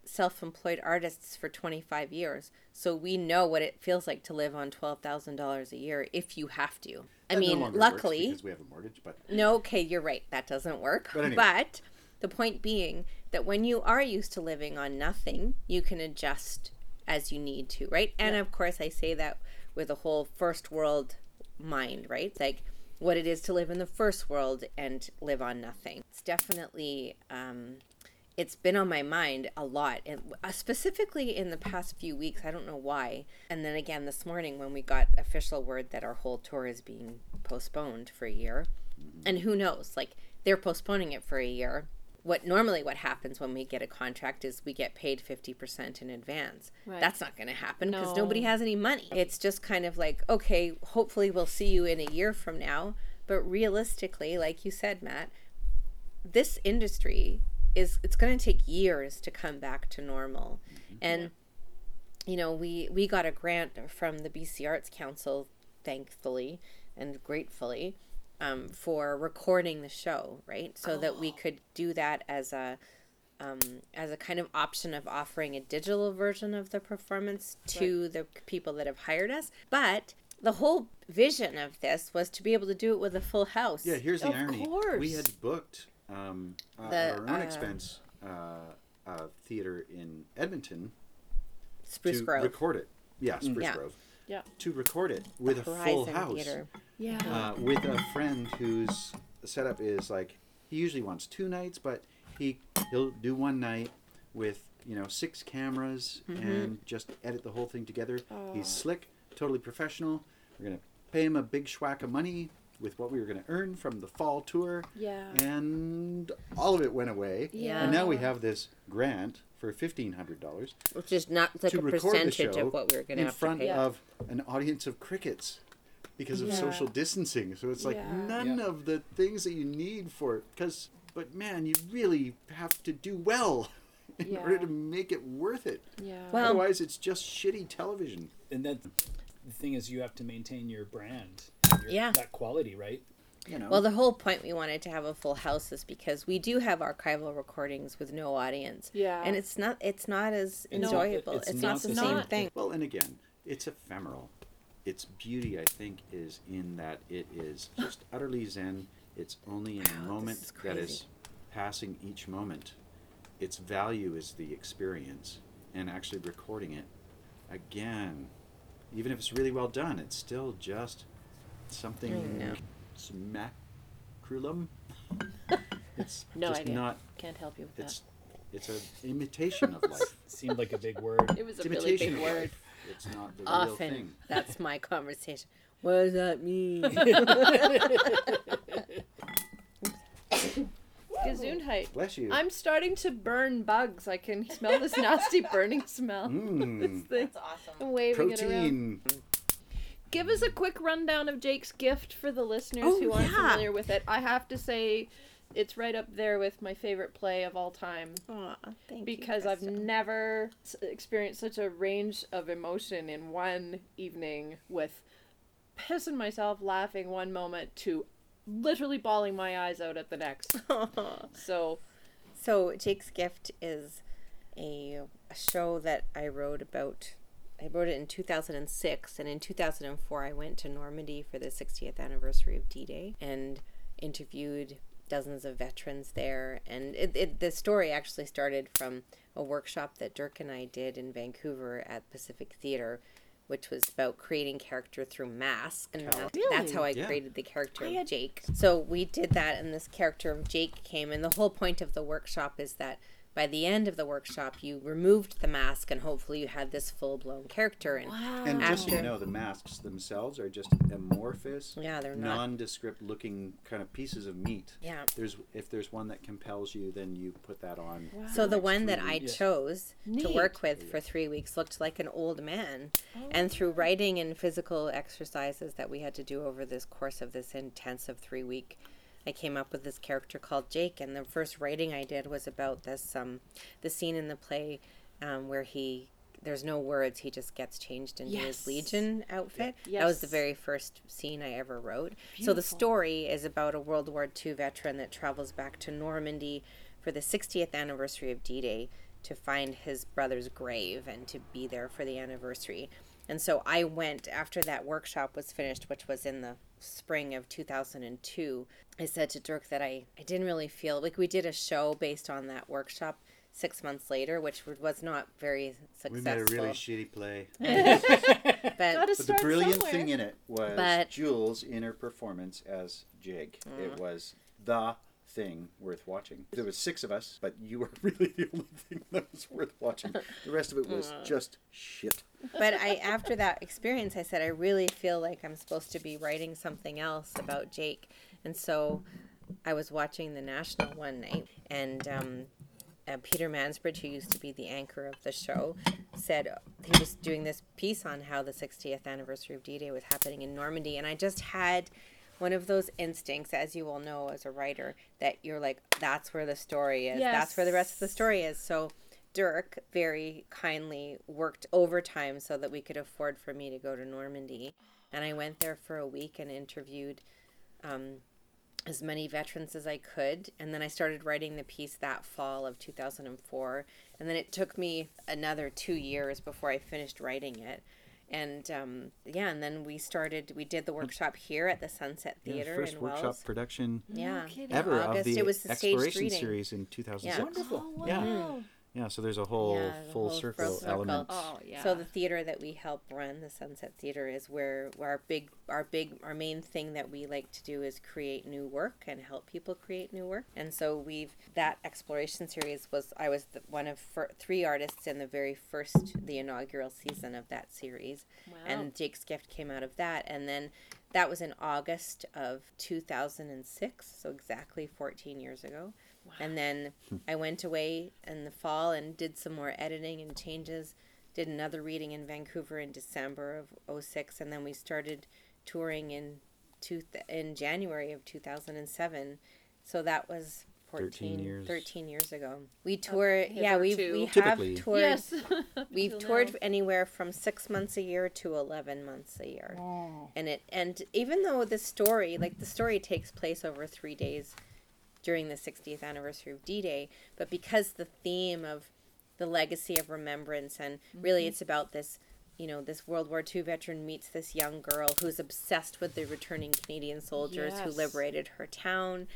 Speaker 7: self-employed artists for 25 years so we know what it feels like to live on $12,000 a year if you have to
Speaker 6: That
Speaker 7: i
Speaker 6: no
Speaker 7: mean
Speaker 6: longer works
Speaker 7: luckily
Speaker 6: because we have a mortgage, but
Speaker 7: no okay you're right that doesn't work
Speaker 6: But anyway.
Speaker 7: but the point being that when you are used to living on nothing you can adjust as you need to right and of course i say that with a whole first world mind, right? Like what it is to live in the first world and live on nothing. It's definitely, um, it's been on my mind a lot, and uh, specifically in the past few weeks. I don't know why. And then again this morning when we got official word that our whole tour is being postponed for a year, and who knows? Like they're postponing it for a year. What normally what happens when we get a contract is we get paid fifty percent in advance.
Speaker 8: Right.
Speaker 7: That's not going to happen because
Speaker 8: No.
Speaker 7: nobody has any money. It's just kind of like, okay, hopefully we'll see you in a year from now. But realistically, like you said, Matt, this industry is it's going to take years to come back to normal.
Speaker 6: Mm-hmm.
Speaker 7: And you know, we we got a grant from the BC Arts Council, thankfully and gratefully, um, for recording the show, right? So that
Speaker 6: Oh.
Speaker 7: we could do that as a um, as a kind of option of offering a digital version of the performance to the people that have hired us. But the whole vision of this was to be able to do it with a full house.
Speaker 6: yeah, here's the
Speaker 8: Of
Speaker 6: irony. We
Speaker 8: course.
Speaker 6: had booked um, uh,
Speaker 7: The,
Speaker 6: our own
Speaker 7: uh,
Speaker 6: expense uh, uh, theater in Edmonton
Speaker 7: Spruce
Speaker 6: to
Speaker 7: Grove. Mm,
Speaker 6: record it. Yeah, Spruce
Speaker 7: Yeah.
Speaker 6: Grove.
Speaker 8: Yeah.
Speaker 6: To record it with a full
Speaker 7: Horizon
Speaker 6: house.
Speaker 7: Theater.
Speaker 4: Yeah.
Speaker 6: uh, with a friend whose setup is like he usually wants two nights, but he he'll do one night with you know six
Speaker 7: Mm-hmm.
Speaker 2: Oh.
Speaker 6: cameras and just edit the whole thing together. He's slick, totally professional, We're going to pay him a big schwack of money with what we were going to earn from the fall tour.
Speaker 2: Yeah.
Speaker 6: And all of it went away.
Speaker 2: Yeah.
Speaker 6: And now we have this grant for $1,500
Speaker 7: Which is not it's like
Speaker 6: to
Speaker 7: a
Speaker 6: record the
Speaker 7: percentage
Speaker 6: show
Speaker 7: of what we are going to
Speaker 6: in
Speaker 7: have to
Speaker 6: front
Speaker 7: pay.
Speaker 6: of an audience of crickets because of
Speaker 2: Yeah.
Speaker 6: social distancing. So it's like
Speaker 2: Yeah.
Speaker 6: none
Speaker 5: Yeah.
Speaker 6: of the things that you need for it. Because, but man, you really have to do well in
Speaker 2: Yeah.
Speaker 6: order to make it worth it.
Speaker 2: Yeah.
Speaker 7: Well-
Speaker 6: Otherwise, it's just shitty television.
Speaker 5: And that the thing is, you have to maintain your brand, and your,
Speaker 7: Yeah.
Speaker 5: that quality, right?
Speaker 6: You know.
Speaker 7: Well, the whole point we wanted to have a full house is because we do have archival recordings with no audience.
Speaker 2: Yeah.
Speaker 7: And it's not it's not as
Speaker 5: It's not-
Speaker 7: enjoyable.
Speaker 5: it's
Speaker 7: It's,
Speaker 5: not
Speaker 7: not,
Speaker 5: the
Speaker 7: the
Speaker 5: same.
Speaker 7: same thing.
Speaker 6: Well, and again, it's ephemeral. Its beauty, I think, is in that it is just utterly zen. It's only in a moment
Speaker 7: is
Speaker 6: that
Speaker 7: crazy.
Speaker 6: is passing each moment. Its value is the experience and actually recording it. Again, even if it's really well done, it's still just something smacrulum. It's
Speaker 8: No
Speaker 6: just
Speaker 8: idea.
Speaker 6: not.
Speaker 8: Can't help you with
Speaker 6: It's it's an imitation of life.
Speaker 5: Seemed like a big word.
Speaker 8: that. It was
Speaker 6: It's
Speaker 8: a really
Speaker 6: imitation
Speaker 8: big
Speaker 6: of
Speaker 8: word.
Speaker 6: life. It's not the real
Speaker 7: Often
Speaker 6: thing.
Speaker 7: that's my conversation. What does that mean?
Speaker 8: Gesundheit.
Speaker 6: Bless you.
Speaker 2: I'm starting to burn bugs. I can smell this nasty burning smell.
Speaker 6: Mm,
Speaker 2: Thing.
Speaker 7: awesome.
Speaker 2: I'm waving it around.
Speaker 6: protein.
Speaker 2: Give us a quick rundown of Jake's gift for the listeners
Speaker 7: Oh,
Speaker 2: who aren't
Speaker 7: yeah.
Speaker 2: familiar with it. I have to say, it's right up there with my favorite play of all time.
Speaker 7: thank
Speaker 2: because
Speaker 7: you,
Speaker 2: I've
Speaker 7: Krista.
Speaker 2: never s- experienced such a range of emotion in one evening with pissing myself laughing one moment to literally bawling my eyes out at the next. so,
Speaker 7: So Jake's Gift is a, a show that I wrote about. I wrote it in 2006, and in 2004 I went to Normandy for the 60th anniversary of D-Day and interviewed dozens of veterans there. And it, it, the story actually started from a workshop that Dirk and I did in Vancouver at Pacific Theater, which was about creating character through masks. And that- that's how I
Speaker 6: Yeah.
Speaker 7: created the character of Jake. So we did that, and this character of Jake came. And the whole point of the workshop is that by the end of the workshop, you removed the mask, and hopefully you had this full blown character. And
Speaker 6: And just so you
Speaker 7: After.
Speaker 6: know, the masks themselves are just amorphous,
Speaker 7: Yeah, they're not-
Speaker 6: nondescript looking kind of pieces of meat.
Speaker 7: Yeah.
Speaker 6: There's if there's one that compels you, then you put that on.
Speaker 7: So the one that I
Speaker 5: weeks.
Speaker 7: chose to work with for three weeks looked like an old man. And through writing and physical exercises that we had to do over this course of this intensive three week, I came up with this character called Jake. And the first writing I did was about this um, the scene in the play um, where he there's no words he just gets changed into his legion outfit that was the
Speaker 2: Yes.
Speaker 7: very first scene i ever wrote so the story is about a world war ii veteran that travels back to normandy for the 60th anniversary of d-day to find his brother's grave and to be there for the anniversary and so i went after that workshop was finished which was in the spring of 2002 i said to dirk that i, I didn't really feel like we did a show based on that workshop six months later which was not very
Speaker 6: We
Speaker 7: successful
Speaker 6: made a really shitty play.
Speaker 7: but
Speaker 2: gotta
Speaker 6: But the
Speaker 2: start
Speaker 6: brilliant
Speaker 2: somewhere.
Speaker 6: thing in it was
Speaker 7: But- Mm.
Speaker 6: Jules in her performance as Jig. It was the thing worth watching. There was six of us, but you were really the only thing that was worth watching. The rest of it was
Speaker 7: Mm.
Speaker 6: just shit.
Speaker 7: but I after that experience, I said I really feel like I'm supposed to be writing something else about Jake, and so I was watching the National one night, and um, uh, Peter Mansbridge, who used to be the anchor of the show, said he was doing this piece on how the 60th anniversary of D-Day was happening in Normandy, and I just had one of those instincts, as you all know as a writer, that you're like, that's where the story is. That's where the rest of the story is. So Dirk very kindly worked overtime so that we could afford for me to go to Normandy. And I went there for a week and interviewed as many veterans as I could. And then I started writing the piece that fall of 2004. And then it took me another two years before I finished writing it. And um, yeah, and then we started, we did the
Speaker 6: Mm.
Speaker 7: workshop here at the Sunset Theater in Wells.
Speaker 6: production
Speaker 7: Yeah.
Speaker 6: ever
Speaker 7: August,
Speaker 6: of the
Speaker 7: it was the staged
Speaker 6: exploration
Speaker 7: reading.
Speaker 6: series in 2006.
Speaker 7: Yeah. Mm.
Speaker 6: Wonderful. Yeah. Yeah, so there's a whole
Speaker 7: Yeah, the
Speaker 6: full
Speaker 7: whole
Speaker 6: circle
Speaker 7: full circle.
Speaker 6: element.
Speaker 8: Oh yeah.
Speaker 7: So the theater that we help run, the Sunset Theater, is where, where our big, our big, our main thing that we like to do is create new work and help people create new work. And so we've that exploration series was I was the, one of fir- three artists in the very first, the inaugural season of that series, and Jake's Gift came out of that, and then that was in August of 2006, so exactly 14 years ago. And then I went away in the fall and did some more editing and changes did another reading in Vancouver in December of 06 and then we started touring in two in January of 2007 so that was 14
Speaker 6: 13 years.
Speaker 7: 13 years ago we tour yeah we we have
Speaker 6: Typically.
Speaker 7: toured
Speaker 8: yes.
Speaker 7: we've
Speaker 8: Till
Speaker 7: toured
Speaker 8: now.
Speaker 7: anywhere from 6 months a year to 11 months a year and it and even though the story like the story takes place over 3 days during the 60th anniversary of D-Day, but because the theme of the legacy of remembrance and really it's about this, you know, this World War II veteran meets this young girl who's obsessed with the returning Canadian soldiers who
Speaker 8: Yes.
Speaker 7: liberated her town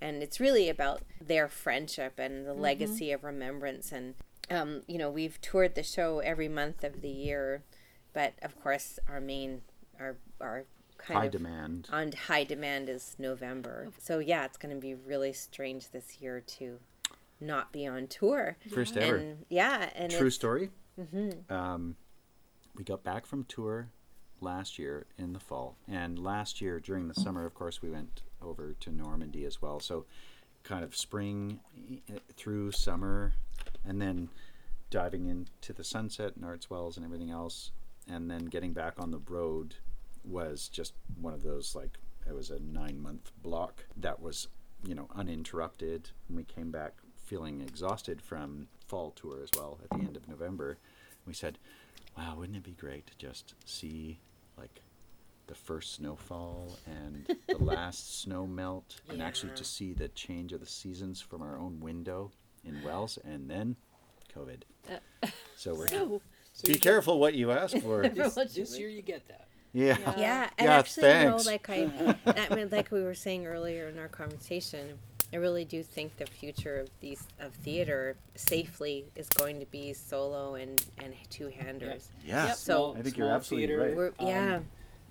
Speaker 7: and it's really about their friendship and the legacy of remembrance and um, you know, we've toured the show every month of the year, but of course our main our our kind
Speaker 6: High
Speaker 7: of
Speaker 6: demand.
Speaker 7: on high demand is November. So yeah, it's going to be really strange this year to not be on tour.
Speaker 6: First ever.
Speaker 7: And yeah, and
Speaker 6: True
Speaker 7: it's,
Speaker 6: story. Um, we got back from tour last year in the fall, and last year during the summer, of course, we went over to Normandy as well. So, kind of spring eh, through summer, and then diving into the sunset and Arts Wells and everything else, and then getting back on the road was just one of those like it was a nine month block that was you know uninterrupted and we came back feeling exhausted from fall tour as well at the end of november we said wow wouldn't it be great to just see like the first snowfall and the last snow melt and actually to see the change of the seasons from our own window in wells and then covid so we're be careful what you ask for
Speaker 5: This,
Speaker 8: What you
Speaker 5: this year you get that.
Speaker 6: yeah
Speaker 7: yeah, and
Speaker 6: Yeah,
Speaker 7: actually,
Speaker 6: thanks.
Speaker 7: you know, like I, I mean, like we were saying earlier in our conversation, I really do think the future of these of theater safely is going to be solo and and two handers.
Speaker 6: yeah
Speaker 7: So-
Speaker 6: I think you're absolutely right.
Speaker 7: We're,
Speaker 5: um,
Speaker 7: yeah,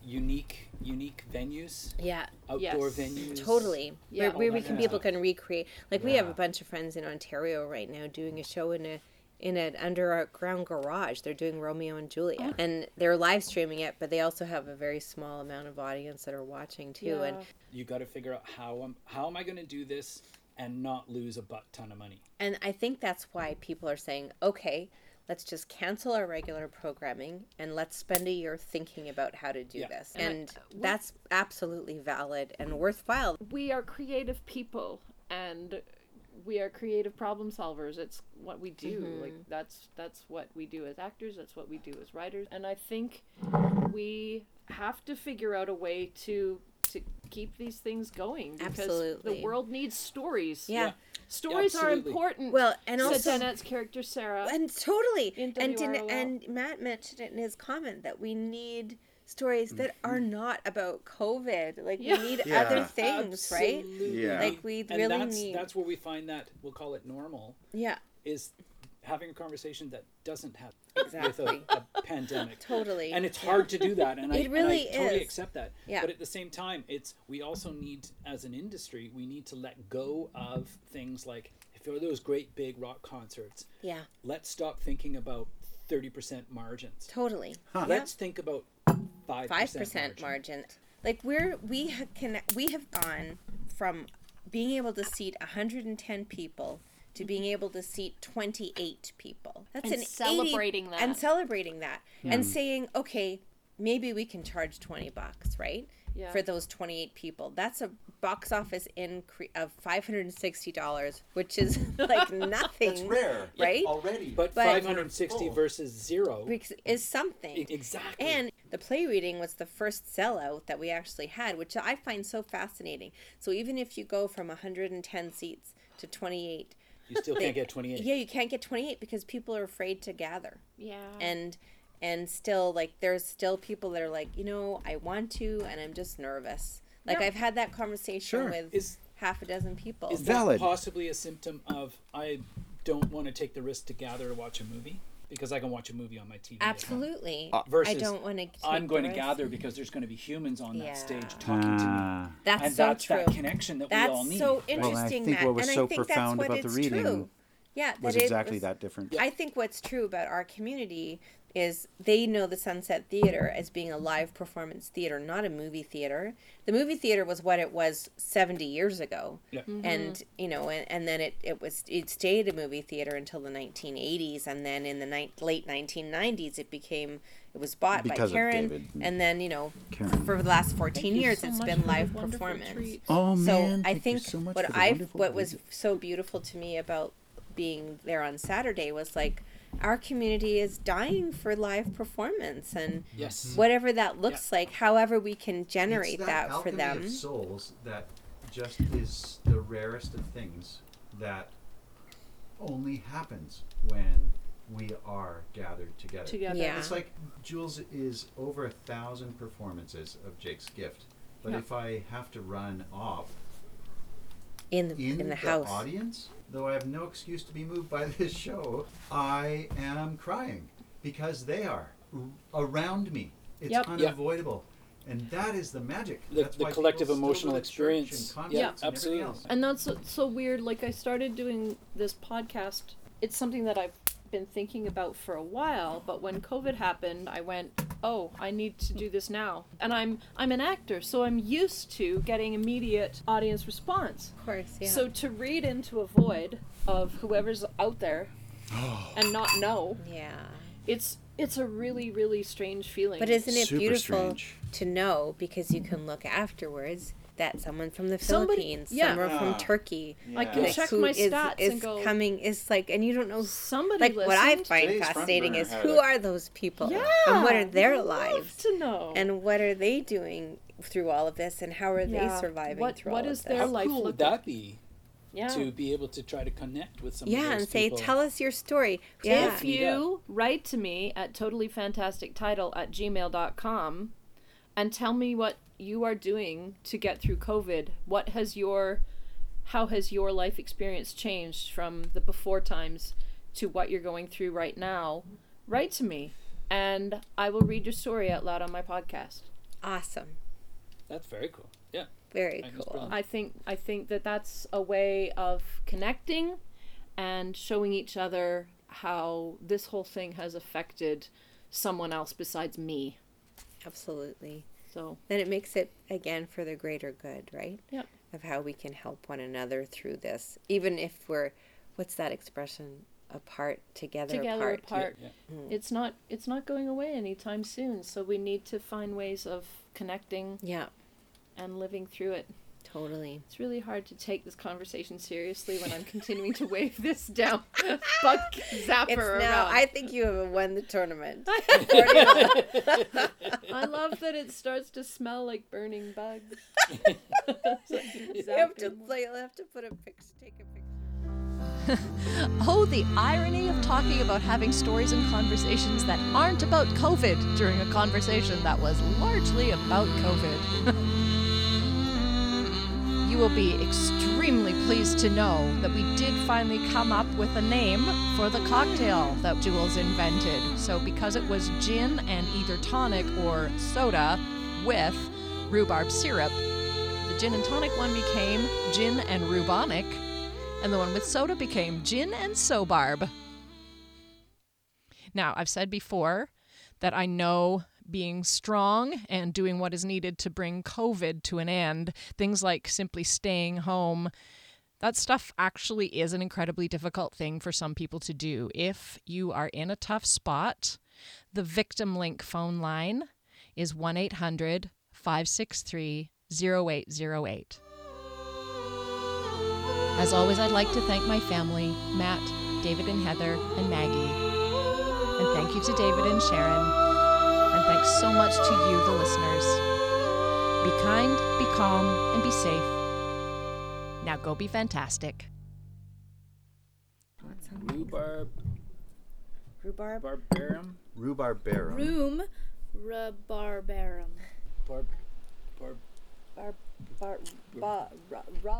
Speaker 5: unique, unique venues,
Speaker 7: yeah.
Speaker 5: outdoor
Speaker 8: Yes.
Speaker 5: venues.
Speaker 7: Totally.
Speaker 8: Yeah.
Speaker 7: Where, where we
Speaker 5: that
Speaker 7: can
Speaker 5: kinda
Speaker 7: people can recreate. Like we have a
Speaker 5: Yeah.
Speaker 7: bunch of friends in Ontario right now doing a show in a in an underground garage. They're doing Romeo and Juliet, and they're live streaming it, but they also have a very small amount of audience that are watching too. And
Speaker 5: You got to figure out how am how am I going to do this and not lose a butt ton of money.
Speaker 7: And I think that's why people are saying, okay, let's just cancel our regular programming and let's spend a year thinking about how to do
Speaker 5: Yeah.
Speaker 7: this. And that's absolutely valid and worthwhile.
Speaker 8: we are creative people and we are creative problem solvers it's what we do
Speaker 7: Mm-hmm.
Speaker 8: like that's that's what we do as actors that's what we do as writers and i think we have to figure out a way to to keep these things going because
Speaker 7: Absolutely.
Speaker 8: the world needs stories
Speaker 7: Yeah.
Speaker 8: stories are
Speaker 5: Absolutely.
Speaker 8: important
Speaker 7: Well, and
Speaker 8: said
Speaker 7: also.
Speaker 8: Danette's character sarah
Speaker 7: and totally
Speaker 8: In
Speaker 7: and did
Speaker 8: WROL.
Speaker 7: and Matt mentioned it in his comment that we need stories that are not about COVID. Like
Speaker 8: Yeah.
Speaker 7: we need
Speaker 6: Yeah.
Speaker 7: other things, right?
Speaker 5: Absolutely.
Speaker 6: Yeah.
Speaker 7: Like, we
Speaker 5: and
Speaker 7: really
Speaker 5: that's,
Speaker 7: need-
Speaker 5: That's where we find that we'll call it normal
Speaker 7: Yeah,
Speaker 5: is having a conversation that doesn't happen
Speaker 7: Exactly.
Speaker 5: with a, a pandemic.
Speaker 7: totally.
Speaker 5: And it's hard to do that, and I,
Speaker 7: It
Speaker 5: and
Speaker 7: really
Speaker 5: I totally
Speaker 7: is.
Speaker 5: accept that.
Speaker 7: Yeah.
Speaker 5: But at the same time, it's we also need, as an industry, we need to let go of things like if there are those great big rock concerts,
Speaker 7: yeah,
Speaker 5: let's stop thinking about thirty percent margins.
Speaker 7: totally. Yeah.
Speaker 5: Let's think about five
Speaker 7: five percent
Speaker 5: margin.
Speaker 7: margin. Like we're we ha- can we have gone from being able to seat 110 people to being able to seat 28 people. That's
Speaker 4: Mm-hmm. And
Speaker 7: an 80
Speaker 4: celebrating
Speaker 7: and
Speaker 4: that.
Speaker 7: celebrating that and saying okay maybe we can charge 20 bucks right
Speaker 8: Yeah.
Speaker 7: for those 28 people that's a box office increase of $560 which is like nothing
Speaker 6: rare,
Speaker 7: right?
Speaker 6: Already,
Speaker 5: But,
Speaker 7: But-
Speaker 5: five hundred and sixty
Speaker 6: Oh.
Speaker 5: versus zero.
Speaker 7: which is something
Speaker 5: e- Exactly.
Speaker 7: And the play reading was the first sellout that we actually had, which I find so fascinating. So even if you go from 110 seats to 28,
Speaker 5: you still can't get twenty eight.
Speaker 7: yeah, you can't get 28 because people are afraid to gather.
Speaker 8: yeah
Speaker 7: And and still like there's still people that are like, you know, I want to and I'm just nervous. Like
Speaker 8: Yeah.
Speaker 7: I've had that conversation
Speaker 6: Sure.
Speaker 7: with
Speaker 5: Is-
Speaker 7: half a dozen people.
Speaker 5: Is
Speaker 6: Valid.
Speaker 5: that possibly a symptom of I don't want to take the risk to gather to watch a movie because I can watch a movie on my TV. at home.
Speaker 7: Absolutely.
Speaker 5: Uh, Versus
Speaker 7: I don't want to.
Speaker 5: I'm going to gather because there's going to be humans on
Speaker 7: Yeah.
Speaker 5: that stage
Speaker 6: Uh,
Speaker 5: talking to me.
Speaker 6: Ah.
Speaker 7: That's
Speaker 5: and
Speaker 7: so
Speaker 5: that's
Speaker 7: true.
Speaker 5: that connection that we all
Speaker 7: That's
Speaker 5: need. right?
Speaker 7: so
Speaker 6: Well, and I
Speaker 7: interesting.
Speaker 6: think
Speaker 7: Matt,
Speaker 6: what was
Speaker 7: and I
Speaker 6: so
Speaker 7: think that's
Speaker 6: profound
Speaker 7: what
Speaker 6: about the
Speaker 7: it's
Speaker 6: reading
Speaker 7: true. yeah, that
Speaker 6: was
Speaker 7: it
Speaker 6: exactly
Speaker 7: was-
Speaker 6: that different.
Speaker 7: I think what's true about our community is they know the Sunset Theater as being a live performance theater, not a movie theater. The movie theater was what it was 70 years ago.
Speaker 5: Yeah.
Speaker 7: And, you know, and, and then it, it was it stayed a movie theater until the 1980s and then in the ni- late 1990s it became it was bought
Speaker 6: Because of
Speaker 7: by Karen
Speaker 6: David.
Speaker 7: and then, you know,
Speaker 6: Karen.
Speaker 7: for the last 14
Speaker 8: Thank you
Speaker 7: years
Speaker 8: so
Speaker 7: it's
Speaker 8: much
Speaker 7: been
Speaker 8: for the
Speaker 7: live
Speaker 8: wonderful
Speaker 7: performance
Speaker 8: treat.
Speaker 6: Oh
Speaker 7: so
Speaker 6: man! thank
Speaker 7: I
Speaker 6: you
Speaker 7: think
Speaker 6: so much
Speaker 7: what
Speaker 6: for the
Speaker 7: I
Speaker 6: wonderful
Speaker 7: what was
Speaker 6: visit.
Speaker 7: so beautiful to me about being there on Saturday was like our community is dying for live performance and
Speaker 5: Yes.
Speaker 7: whatever that looks like, however we can generate
Speaker 6: Mm. It's
Speaker 7: that, for
Speaker 6: alchemy
Speaker 7: them.
Speaker 6: Of souls that just is the rarest of things that only happens when we are gathered together.
Speaker 8: Together.
Speaker 7: Yeah.
Speaker 6: It's like Jules is over a thousand performances of Jake's Gift, but if I have to run off
Speaker 7: in the
Speaker 6: in,
Speaker 7: in, the, house.
Speaker 6: audience, though I have no excuse to be moved by this show, I am crying because they are r- around me. It's
Speaker 8: Yep.
Speaker 5: Yeah.
Speaker 6: unavoidable. And that is the magic.
Speaker 5: The-
Speaker 6: That's
Speaker 5: the
Speaker 6: why
Speaker 5: collective
Speaker 6: people still go
Speaker 5: emotional
Speaker 6: to church
Speaker 5: experience.
Speaker 6: and concerts
Speaker 5: Yeah,
Speaker 6: and everything
Speaker 5: absolutely.
Speaker 6: else.
Speaker 8: And that's so, so weird. Like I started doing this podcast. It's something that I've been thinking about for a while, but when COVID happened, I went, "Oh, I need to do this now." And I'm I'm an actor, so I'm used to getting immediate audience response.
Speaker 7: Of course, yeah.
Speaker 8: So to read into a void of whoever's out there and not know,
Speaker 7: yeah.
Speaker 8: it's it's a really really strange feeling.
Speaker 7: But isn't it
Speaker 6: Super
Speaker 7: beautiful
Speaker 6: strange.
Speaker 7: to know because you can look afterwards that someone from the
Speaker 8: Somebody-
Speaker 7: Philippines,
Speaker 8: yeah.
Speaker 7: someone
Speaker 5: Yeah.
Speaker 6: Ah.
Speaker 7: from Turkey,
Speaker 8: I
Speaker 5: Yeah.
Speaker 8: can
Speaker 7: like,
Speaker 8: check
Speaker 7: who
Speaker 8: my
Speaker 7: is-
Speaker 8: stats
Speaker 7: is
Speaker 8: and go.
Speaker 7: coming is like, and you don't know
Speaker 8: Somebody
Speaker 7: like what I
Speaker 8: listened?
Speaker 7: find
Speaker 6: Today's front
Speaker 7: fascinating
Speaker 6: burner
Speaker 7: is
Speaker 6: had
Speaker 7: who
Speaker 6: a-
Speaker 7: are those people
Speaker 8: Yeah,
Speaker 7: and what are
Speaker 8: I'd
Speaker 7: their
Speaker 8: Ah, love
Speaker 7: lives
Speaker 8: to know.
Speaker 7: and what are they doing through all of this and how are
Speaker 8: Yeah.
Speaker 7: they surviving
Speaker 8: What-
Speaker 7: through
Speaker 8: what
Speaker 7: all of
Speaker 8: is
Speaker 7: this.
Speaker 8: their
Speaker 5: How
Speaker 8: life
Speaker 5: cool would
Speaker 8: looked
Speaker 5: that be
Speaker 8: yeah.
Speaker 5: to be able to try to connect with some of
Speaker 7: yeah,
Speaker 5: those
Speaker 7: and say,
Speaker 5: people?
Speaker 7: tell us your story. Yeah,
Speaker 8: If
Speaker 5: Meet
Speaker 8: you write to me at totallyfantastictitle at gmail.com and tell me what you are doing to get through COVID, what has your, how has your life experience changed from the before times to what you're going through right now, write to me and I will read your story out loud on my podcast.
Speaker 7: awesome.
Speaker 5: That's very cool. Yeah.
Speaker 7: Very
Speaker 5: I just
Speaker 7: cool.
Speaker 5: brought-
Speaker 8: I think I think that that's a way of connecting and showing each other how this whole thing has affected someone else besides me.
Speaker 7: Absolutely.
Speaker 8: So
Speaker 7: Then it makes it again for the greater good, right?
Speaker 8: Yep.
Speaker 7: Of how we can help one another through this, even if we're, what's that expression? Apart, together,
Speaker 8: together
Speaker 7: apart.
Speaker 8: apart,
Speaker 5: Yeah.
Speaker 8: it's not it's not going away anytime soon. So we need to find ways of connecting
Speaker 7: Yeah,
Speaker 8: and living through it.
Speaker 7: totally.
Speaker 8: It's really hard to take this conversation seriously when I'm continuing to wave this down buck zapper
Speaker 7: It's now.
Speaker 8: around.
Speaker 7: I think you have won the tournament.
Speaker 8: I love that it starts to smell like burning bugs.
Speaker 7: you have to play. You have to put a picture. Take a picture.
Speaker 1: Oh, the irony of talking about having stories and conversations that aren't about COVID during a conversation that was largely about COVID. you will be extremely pleased to know that we did finally come up with a name for the cocktail that Jules invented. So, because it was gin and either tonic or soda with rhubarb syrup, the gin and tonic one became gin and rubonic, and the one with soda became gin and sobarb. Now, I've said before that I know being strong and doing what is needed to bring COVID to an end, things like simply staying home, that stuff actually is an incredibly difficult thing for some people to do. If you are in a tough spot, the Victim Link phone line is 1 800 563 0808. As always, I'd like to thank my family Matt, David, and Heather, and Maggie. And thank you to David and Sharon. And thanks so much to you, the listeners. Be kind, be calm, and be safe. Now go be fantastic.
Speaker 5: Rhubarb,
Speaker 7: Rhubarb.
Speaker 5: barbarum,
Speaker 6: Rhubarbarum.
Speaker 4: Room rabarbarum.
Speaker 5: barb, barb.
Speaker 2: Bar, bar, bar, ra, ra,